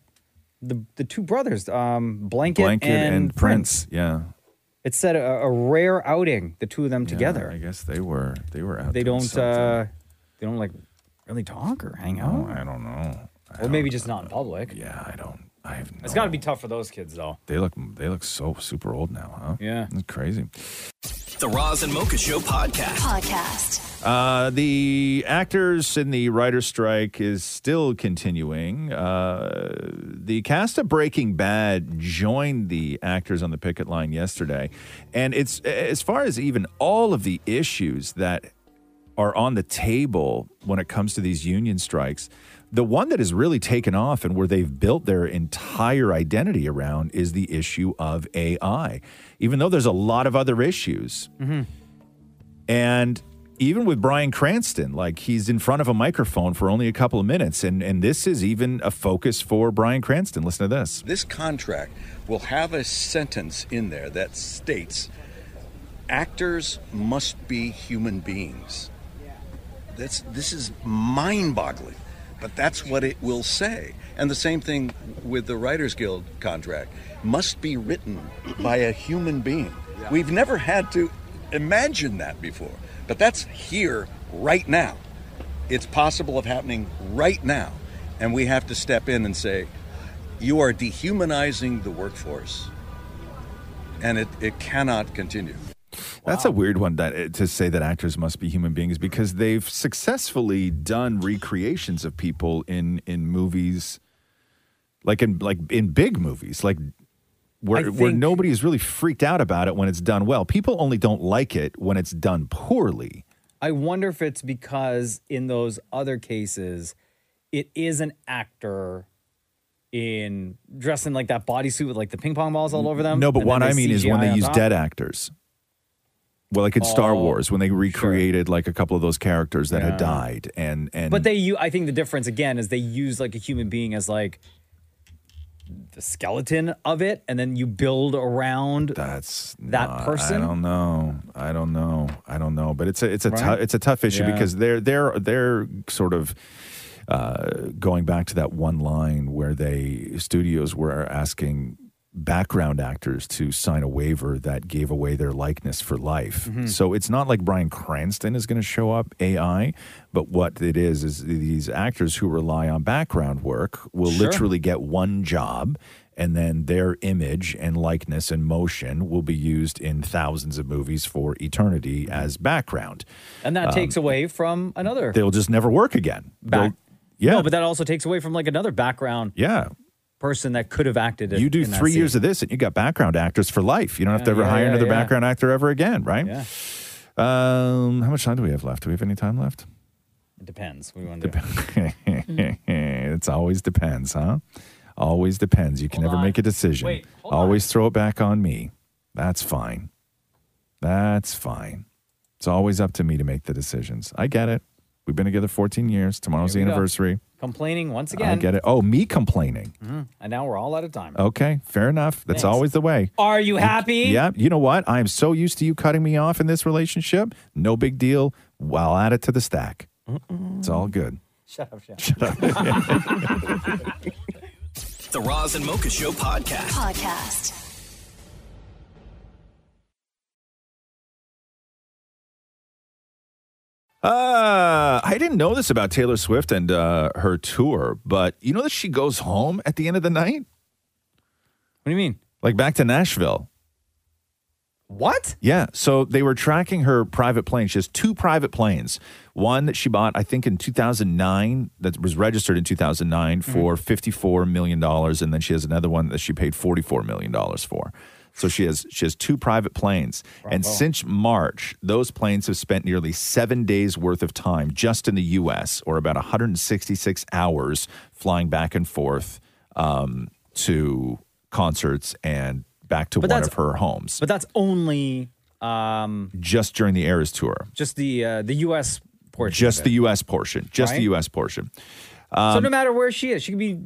the the two brothers, um, blanket, Blanket and, and, Prince. Yeah. It said a, a rare outing, the two of them together. I guess they were they were out. they doing don't. something. Uh, they don't like really talk or hang out. Oh, I don't know. or maybe just not in public. Yeah, I don't. I have. it's got to be tough for those kids though. They look they look so super old now, huh? Yeah. It's crazy. The Roz and Mocha Show podcast. Podcast. Uh, the actors in the writer's strike is still continuing. Uh, the cast of Breaking Bad joined the actors on the picket line yesterday. And it's as far as even all of the issues that are on the table when it comes to these union strikes. The one that has really taken off and where they've built their entire identity around is the issue of AI, even though there's a lot of other issues. Mm-hmm. And even with Brian Cranston, like he's in front of a microphone for only a couple of minutes, and and this is even a focus for Brian Cranston. Listen to this. This contract will have a sentence in there that states actors must be human beings. That's this is mind-boggling, but that's what it will say. And the same thing with the Writers Guild contract must be written by a human being. We've never had to imagine that before, but that's here right now. It's possible of happening right now, and we have to step in and say, you are dehumanizing the workforce, and it, it cannot continue. That's a weird one that to say that actors must be human beings because they've successfully done recreations of people in in movies, like in like in big movies, like where I where think- nobody is really freaked out about it when it's done well. People only don't like it when it's done poorly. I wonder if it's because in those other cases, it is an actor in dressed in like that bodysuit with like the ping pong balls all over them. no, but and what then I they mean is when CGI they on use top. dead actors. Well, like in Star Oh, Wars, when they recreated like a couple of those characters that Yeah. had died, and and But they, u- I think the difference again is they use like a human being as like the skeleton of it, and then you build around that's that Uh, person. I don't know. I don't know. I don't know. But it's a it's a Right? tou- it's a tough issue Yeah. because they're they're they're sort of uh, going back to that one line where they studios were asking background actors to sign a waiver that gave away their likeness for life. Mm-hmm. Mhm. So it's not like Brian Cranston is going to show up AI, but what it is is these actors who rely on background work will Sure. literally get one job and then their image and likeness and motion will be used in thousands of movies for eternity as background. and that Um, takes away from another. They'll just never work again. Back- They'll- yeah. No, but that also takes away from like another background yeah. person that could have acted. in- You do in that three scene. years of this, and you got background actors for life. You don't have to Yeah, ever yeah, hire yeah, another yeah. background actor ever again, right? Yeah. Um, how much time do we have left? Do we have any time left? It depends. What do you want to do? [laughs] it's always depends, huh? Always depends. You can never make a decision. Wait, always throw it back on me. That's fine. That's fine. It's always up to me to make the decisions. I get it. We've been together 14 years. Tomorrow's Here the we go. anniversary. Complaining once I again. get it. Oh, me complaining. Mhm. And now we're all out of time. Okay, fair enough. That's Thanks. always the way. Are you happy? Yeah, you know what? I am so used to you cutting me off in this relationship. No big deal. Well, add it to the stack. It's all good. Shut up, Shaq. Shut up. [laughs] The Roz and Mocha Show podcast. Podcast. Uh, I didn't know this about Taylor Swift and uh, her tour, but you know that she goes home at the end of the night? What do you mean? Like back to Nashville. What? Yeah. So they were tracking her private plane. She has two private planes. One that she bought, I think, in 2009, that was registered in 2009 Mm-hmm. for $54 million. And then she has another one that she paid $44 million for. So she has she has two private planes. And Bravo. since March, those planes have spent nearly seven days worth of time just in the US, or about 166 hours flying back and forth um, to concerts and back to But one that's- of her homes But that's only um, just during the Eras tour. just the uh, the U.S. portion. Just of the it. U.S. portion. Just Right? the U.S. portion. so Um, no matter where she is, she could be.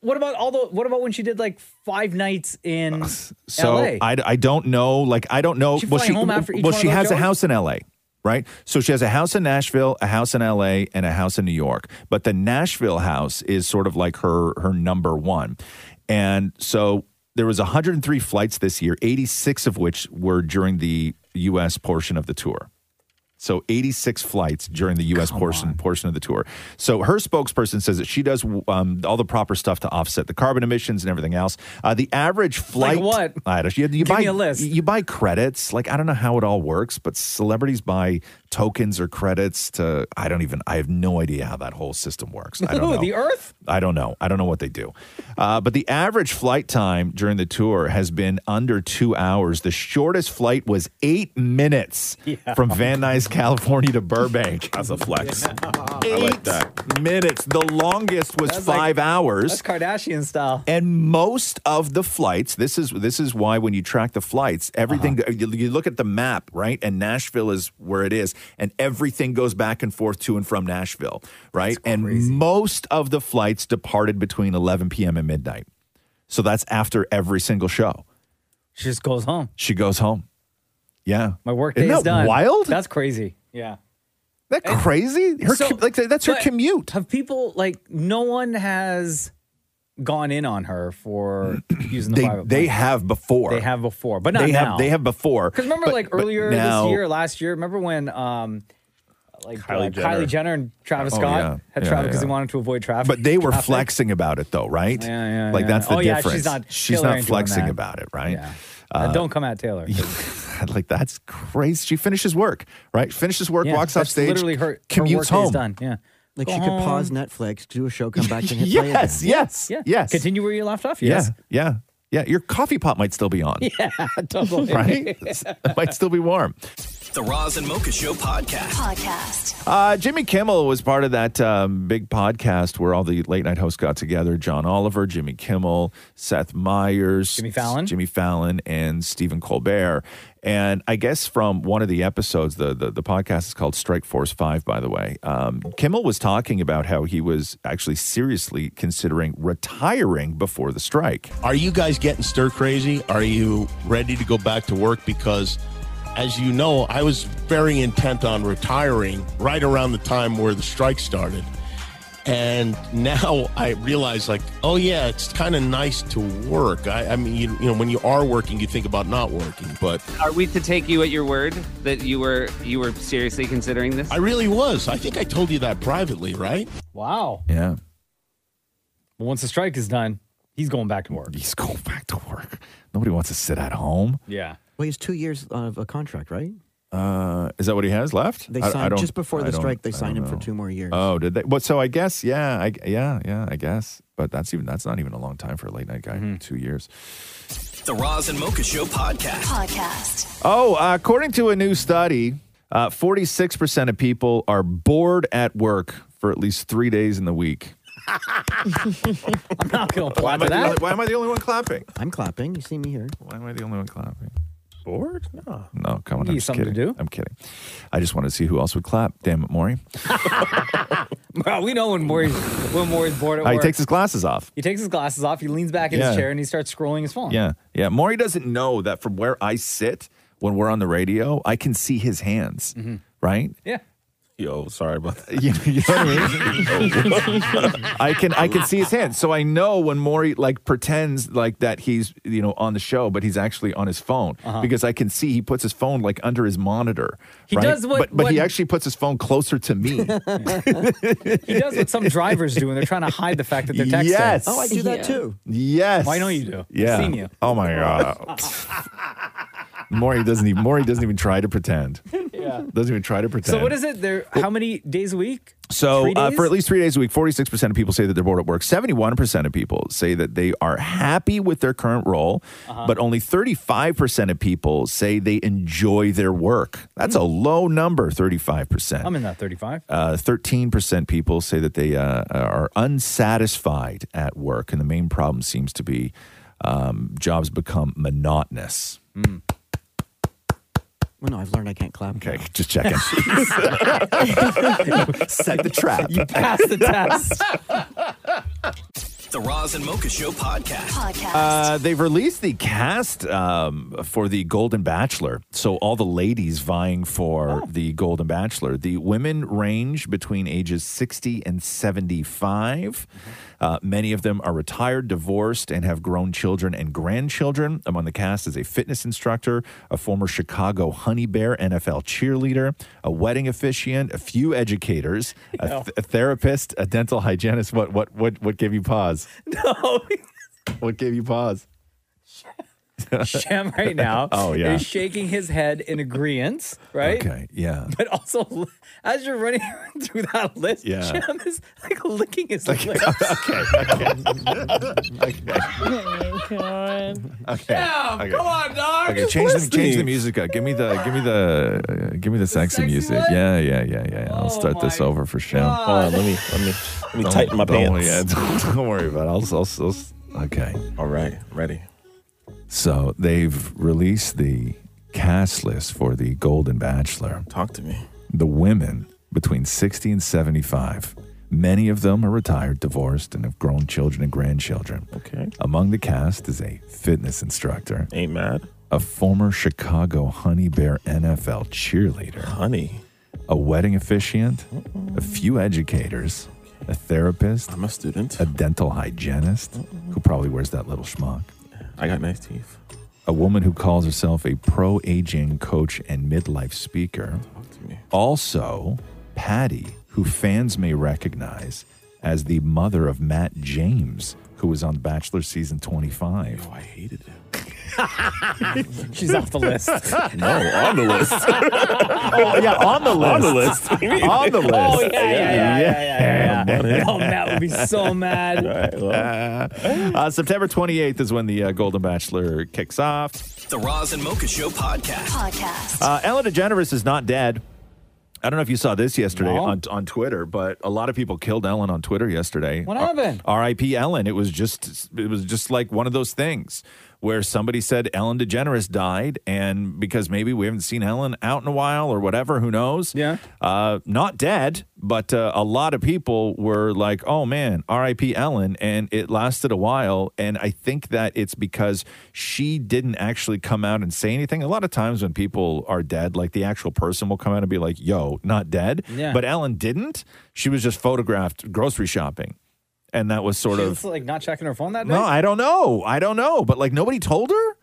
What about all the? What about when she did like five nights in [laughs] so L.A.? I, I don't know. Like I don't know. She well, flying she home after each well one of she those has a shows? house in L.A. Right. So she has a house in Nashville, a house in L.A., and a house in New York. But the Nashville house is sort of like her her number one. And so there was 103 flights this year, 86 of which were during the U.S. portion of the tour. So 86 flights during the U.S. portion portion of the tour. So her spokesperson says that she does um, all the proper stuff to offset the carbon emissions and everything else. Uh, the average flight, what? I don't, you, you Give buy me a list. You buy credits. Like I don't know how it all works, but celebrities buy tokens or credits to. I don't even. I have no idea how that whole system works. I don't know. the Earth. I don't know. I don't know what they do. Uh, but the average flight time during the tour has been under two hours. The shortest flight was eight minutes from Van Nuys, California to Burbank. That's a flex. Eight minutes. The longest was That's like- five hours. That's Kardashian style. [laughs] And most of the flights, this is this Uh-huh. is why when you track the flights, everything you, you look at the map, right? And Nashville is where it is. and everything goes back and forth to and from Nashville, right? And most of the flights departed between 11 p.m. and midnight. So that's after every single show. She just goes home. She goes home. Yeah. My work Isn't day is that done. wild? That's crazy. Yeah. That crazy? Her com- like, that's her commute. Have people like no one has gone in on her [clears throat] for using the They, private they plane. have before. They have before, but not they now. Have, they have before. Because remember, But- like but earlier now- this year, last year, remember when um, like Kylie uh, Jenner. Kylie Jenner and Travis Oh, Scott yeah. had Yeah, traveled because yeah. they wanted to avoid traffic. But they were traffic. flexing about it, though, right? Yeah, yeah, Like yeah. that's the Oh, yeah, she's difference. not- She's Taylor not ain't doing flexing that. about it, right? Yeah. Uh, don't come [laughs] at Taylor. like that's crazy. She finishes work, right? Finishes work, Yeah, walks that's off stage, literally her- her commutes work day's home. done. Yeah. Like Go she could pause home. Netflix, do a show, come back and hit play [laughs] again. yes, yes, Yeah. yes. Continue where you left off. Yeah, Yes. yeah, yeah. Your coffee pot might still be [laughs] on. Yeah. Totally. Right? [laughs] it might still be warm. The Roz and Mocha Show podcast. Podcast. Uh, Jimmy Kimmel was part of that um, big podcast where all the late night hosts got together. John Oliver, Jimmy Kimmel, Seth Meyers, Jimmy Fallon, Jimmy Fallon, and Stephen Colbert. And I guess from one of the episodes, the the, the podcast is called Strike Force Five. By the way, um, Kimmel was talking about how he was actually seriously considering retiring before the strike. Are you guys getting stir crazy? Are you ready to go back to work? Because, as you know, I was very intent on retiring right around the time where the strike started. And now I realize, like, oh, yeah, it's kind of nice to work. I, I mean, you, you know, when you are working, you think about not working, but Are we to take you at your word that you were you were seriously considering this? I really was. I think I told you that privately, right? Wow. Yeah. But once the strike is done, he's going back to work. He's going back to work. Nobody wants to sit at home. Yeah. Well, he's two years of a contract, right? Uh, is that what he has left? They I- I signed don't- just before I the don't- strike. They I signed don't him for know. two more years. Oh, did they? But so I guess, yeah, I, yeah, yeah, I guess. But that's even that's not even a long time for a late night guy. Mm-hmm. Two years. The Roz and Mocha Show podcast. Podcast. Oh, uh, according to a new study, forty six percent of people are bored at work for at least three days in the week. [laughs] I'm not going to Why clap am, I for the only, that. why am I the only one clapping? I'm clapping. You see me here. Why am I the only one clapping? Bored? No. No, come on. Give I'm you just something to kidding. I'm kidding. I just wanted to see who else would clap. Damn it, Maury. Bro, we know when Maury's, when Maury's bored at Uh, work. he takes his glasses off. He takes his glasses off. He leans back in Yeah. his chair and he starts scrolling his phone. Yeah, yeah. Maury doesn't know that from where I sit when we're on the radio, I can see his hands, Mm-hmm. right? [laughs] Yeah. Yo, sorry about that. You, you know what [laughs] I mean? [laughs] Oh, I can I can see his hands, so I know when Maury like pretends like that he's you know on the show, but he's actually on his phone Uh-huh. because I can see he puts his phone like under his monitor. He right? does what- but, but he what- actually puts his phone closer to me. He does what some drivers do when they're trying to hide the fact that they're texting. Yes. Oh, I do that Yeah. too. Yes. Well, I know you do. Yeah. [laughs] I've [laughs] seen you. Oh my [laughs] god. Maury doesn't even Maury doesn't even try to pretend. Yeah. Doesn't even try to pretend. So what is it? There? How many days a week? So Three uh, days? for at least three days a week, 46% of people say that they're bored at work. 71% of people say that they are happy with their current role, Uh-huh. but only 35% of people say they enjoy their work. That's a low number, 35%. Hmm. I'm in that 35. Uh, 13% people say that they uh, are unsatisfied at work, and the main problem seems to be um, jobs become monotonous. Hmm. Well, no, I've learned I can't clap. Okay, just [laughs] checking. [laughs] Set the trap. You passed the test. The Roz and Mocha Show podcast. Podcast. Uh, they've released the cast um, for the Golden Bachelor. So all the ladies vying for the Golden Bachelor. The women range between ages 60 and 75. Uh, many of them are retired, divorced, and have grown children and grandchildren. Among the cast is a fitness instructor, a former Chicago Honey Bear NFL cheerleader, a wedding officiant, a few educators, a, th- a therapist, a dental hygienist. What what what what gave you pause? No. What gave you pause? Shem right now [laughs] Oh yeah. is shaking his head in agreement, right? Okay. Yeah. [laughs] But also, as you're running [laughs] through that list, Yeah. Shem is like licking his lips. okay, okay. Okay. Shem, okay. come on, dog. Okay, change the change the music. Up. Give me the give me the uh, give me the, sexy, music. Yeah, yeah, yeah, yeah. I'll start this Oh over for Shem. God. Hold on, let me- let me- let me Don't- tighten my don't- pants. yeah, [laughs] don't, don't worry about it. I'll, I'll, I'll- okay. All right, ready. So they've released the cast list for the Golden Bachelor. Talk to me. the women between 60 and 75. Many of them are retired, divorced, and have grown children and grandchildren. Okay. Among the cast is a fitness instructor. Ain't mad. A former Chicago Honey Bear NFL cheerleader. Honey. A wedding officiant. A few educators. A therapist. I'm a student. A dental hygienist who probably wears that little schmuck. I got nice teeth. A woman who calls herself a pro aging coach and midlife speaker. Also, Patty, who fans may recognize as the mother of Matt James, who was on Bachelor season 25. Oh, I hated it. She's off the list. [laughs] No, on the [laughs] list. oh, yeah, [laughs] on the On the list. list. What do you mean? On the list. Oh, yeah, yeah, yeah, yeah, yeah. yeah, Yeah. oh, Matt would be so mad. Uh, September 28th is when the uh, Golden Bachelor kicks off. The Roz and Mocha Show podcast. Podcast. Uh, Ellen DeGeneres is not dead. I don't know if you saw this yesterday on, on Twitter, but a lot of people killed Ellen on Twitter yesterday. Uh, What happened? R.I.P. Ellen. It was just it was just like one of those things where somebody said Ellen DeGeneres died, and because maybe we haven't seen Ellen out in a while or whatever, who knows? Yeah, uh, not dead, but uh, a lot of people were like, "Oh man, R.I.P. Ellen," and it lasted a while. And I think that it's because she didn't actually come out and say anything. A lot of times when people are dead, like the actual person will come out and be like, "Yo, not dead," Yeah. but Ellen didn't. She was just photographed grocery shopping. And that was sort She of was, like not checking her phone that no, night. I don't know. I don't know. But like nobody told her.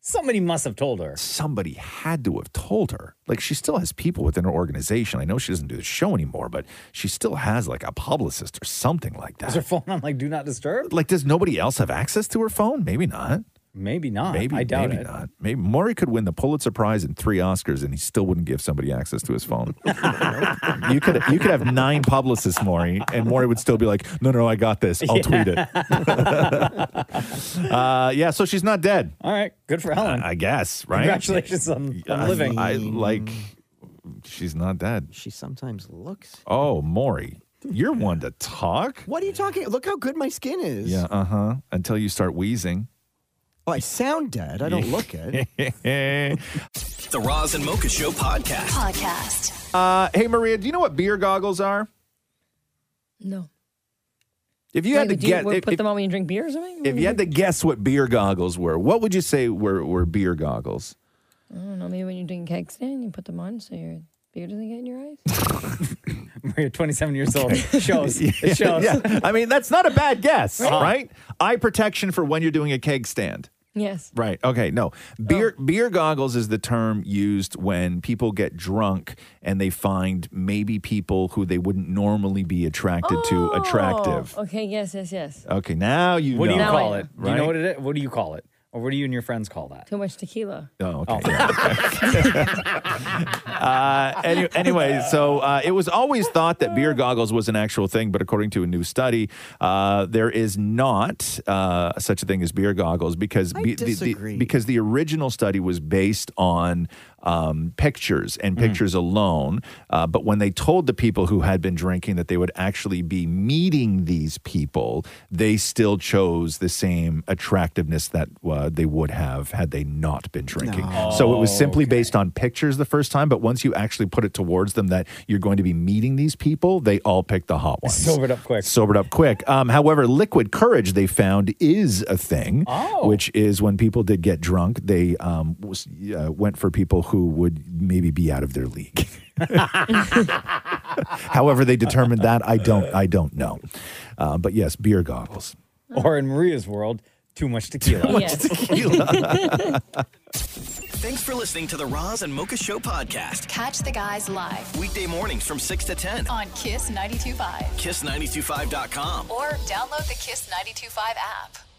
Somebody must have told her. Somebody had to have told her. Like she still has people within her organization. I know she doesn't do the show anymore, but she still has like a publicist or something like Is that. her phone on like do not disturb? Like, does nobody else have access to her phone? Maybe not. Maybe not. Maybe I doubt maybe it. not. Maybe Maury could win the Pulitzer Prize and three Oscars, and he still wouldn't give somebody access to his [laughs] phone. you could you could have nine publicists, Maury, and Maury would still be like, "No, no, I got this. I'll tweet it." [laughs] uh, yeah, so she's not dead. All right, good for Ellen. I, I guess, right? Congratulations on, on I- living. I like. She's not dead. She sometimes looks. Oh, Maury, you're one to talk. What are you talking? Look how good my skin is. Yeah, uh huh. Until you start wheezing. Oh, I sound dead. I don't look it. [laughs] it. The Roz and Mocha Show podcast. Podcast. uh, hey, Maria, do you know what beer goggles are? No. If you Wait, had to would you get, would if, put if- them on when you drink beer or something? if you had to guess what beer goggles were, what would you say were were beer goggles? I don't know. Maybe when you're doing keg stand, you put them on so your beer doesn't get in your eyes. Maria, 27 years old. Shows. [laughs] Yeah, It shows. yeah. I mean, that's not a bad guess, Right. right? Eye protection for when you're doing a keg stand. Yes. Right. Okay. No. Beer beer goggles is the term used when people get drunk and they find maybe people who they wouldn't normally be attracted to attractive. Oh, okay. Yes. Yes. Yes. Okay. Now you What do know. you call it? Do you know Right? what it is? What do you call it? Or what do you and your friends call that? Too much tequila. Oh, okay. uh, any, anyway, so uh, it was always thought that beer goggles was an actual thing, but according to a new study, uh, there is not uh, such a thing as beer goggles because be- the- the- disagree. because the original study was based on um, pictures and pictures alone. Uh, but when they told the people who had been drinking that they would actually be meeting these people, they still chose the same attractiveness that uh, they would have had they not been drinking. So it was simply based on pictures the first time. But once you actually put it towards them that you're going to be meeting these people, they all picked the hot ones. Sobered up quick. Sobered up quick. Um, however, liquid courage they found is a thing, Oh. which is when people did get drunk, they um, was, uh, went for people who would maybe be out of their league. [laughs] [laughs] however, they determined that I don't, I don't know. Uh, but yes, beer goggles. [laughs] Or in Maria's world, too much tequila. Too much Yes. tequila. Thanks for listening to the Roz and Mocha Show podcast. Catch the guys live Weekday mornings from 6 to 10. on Kiss 92.5 Kiss925.com. or download the Kiss 92.5 app.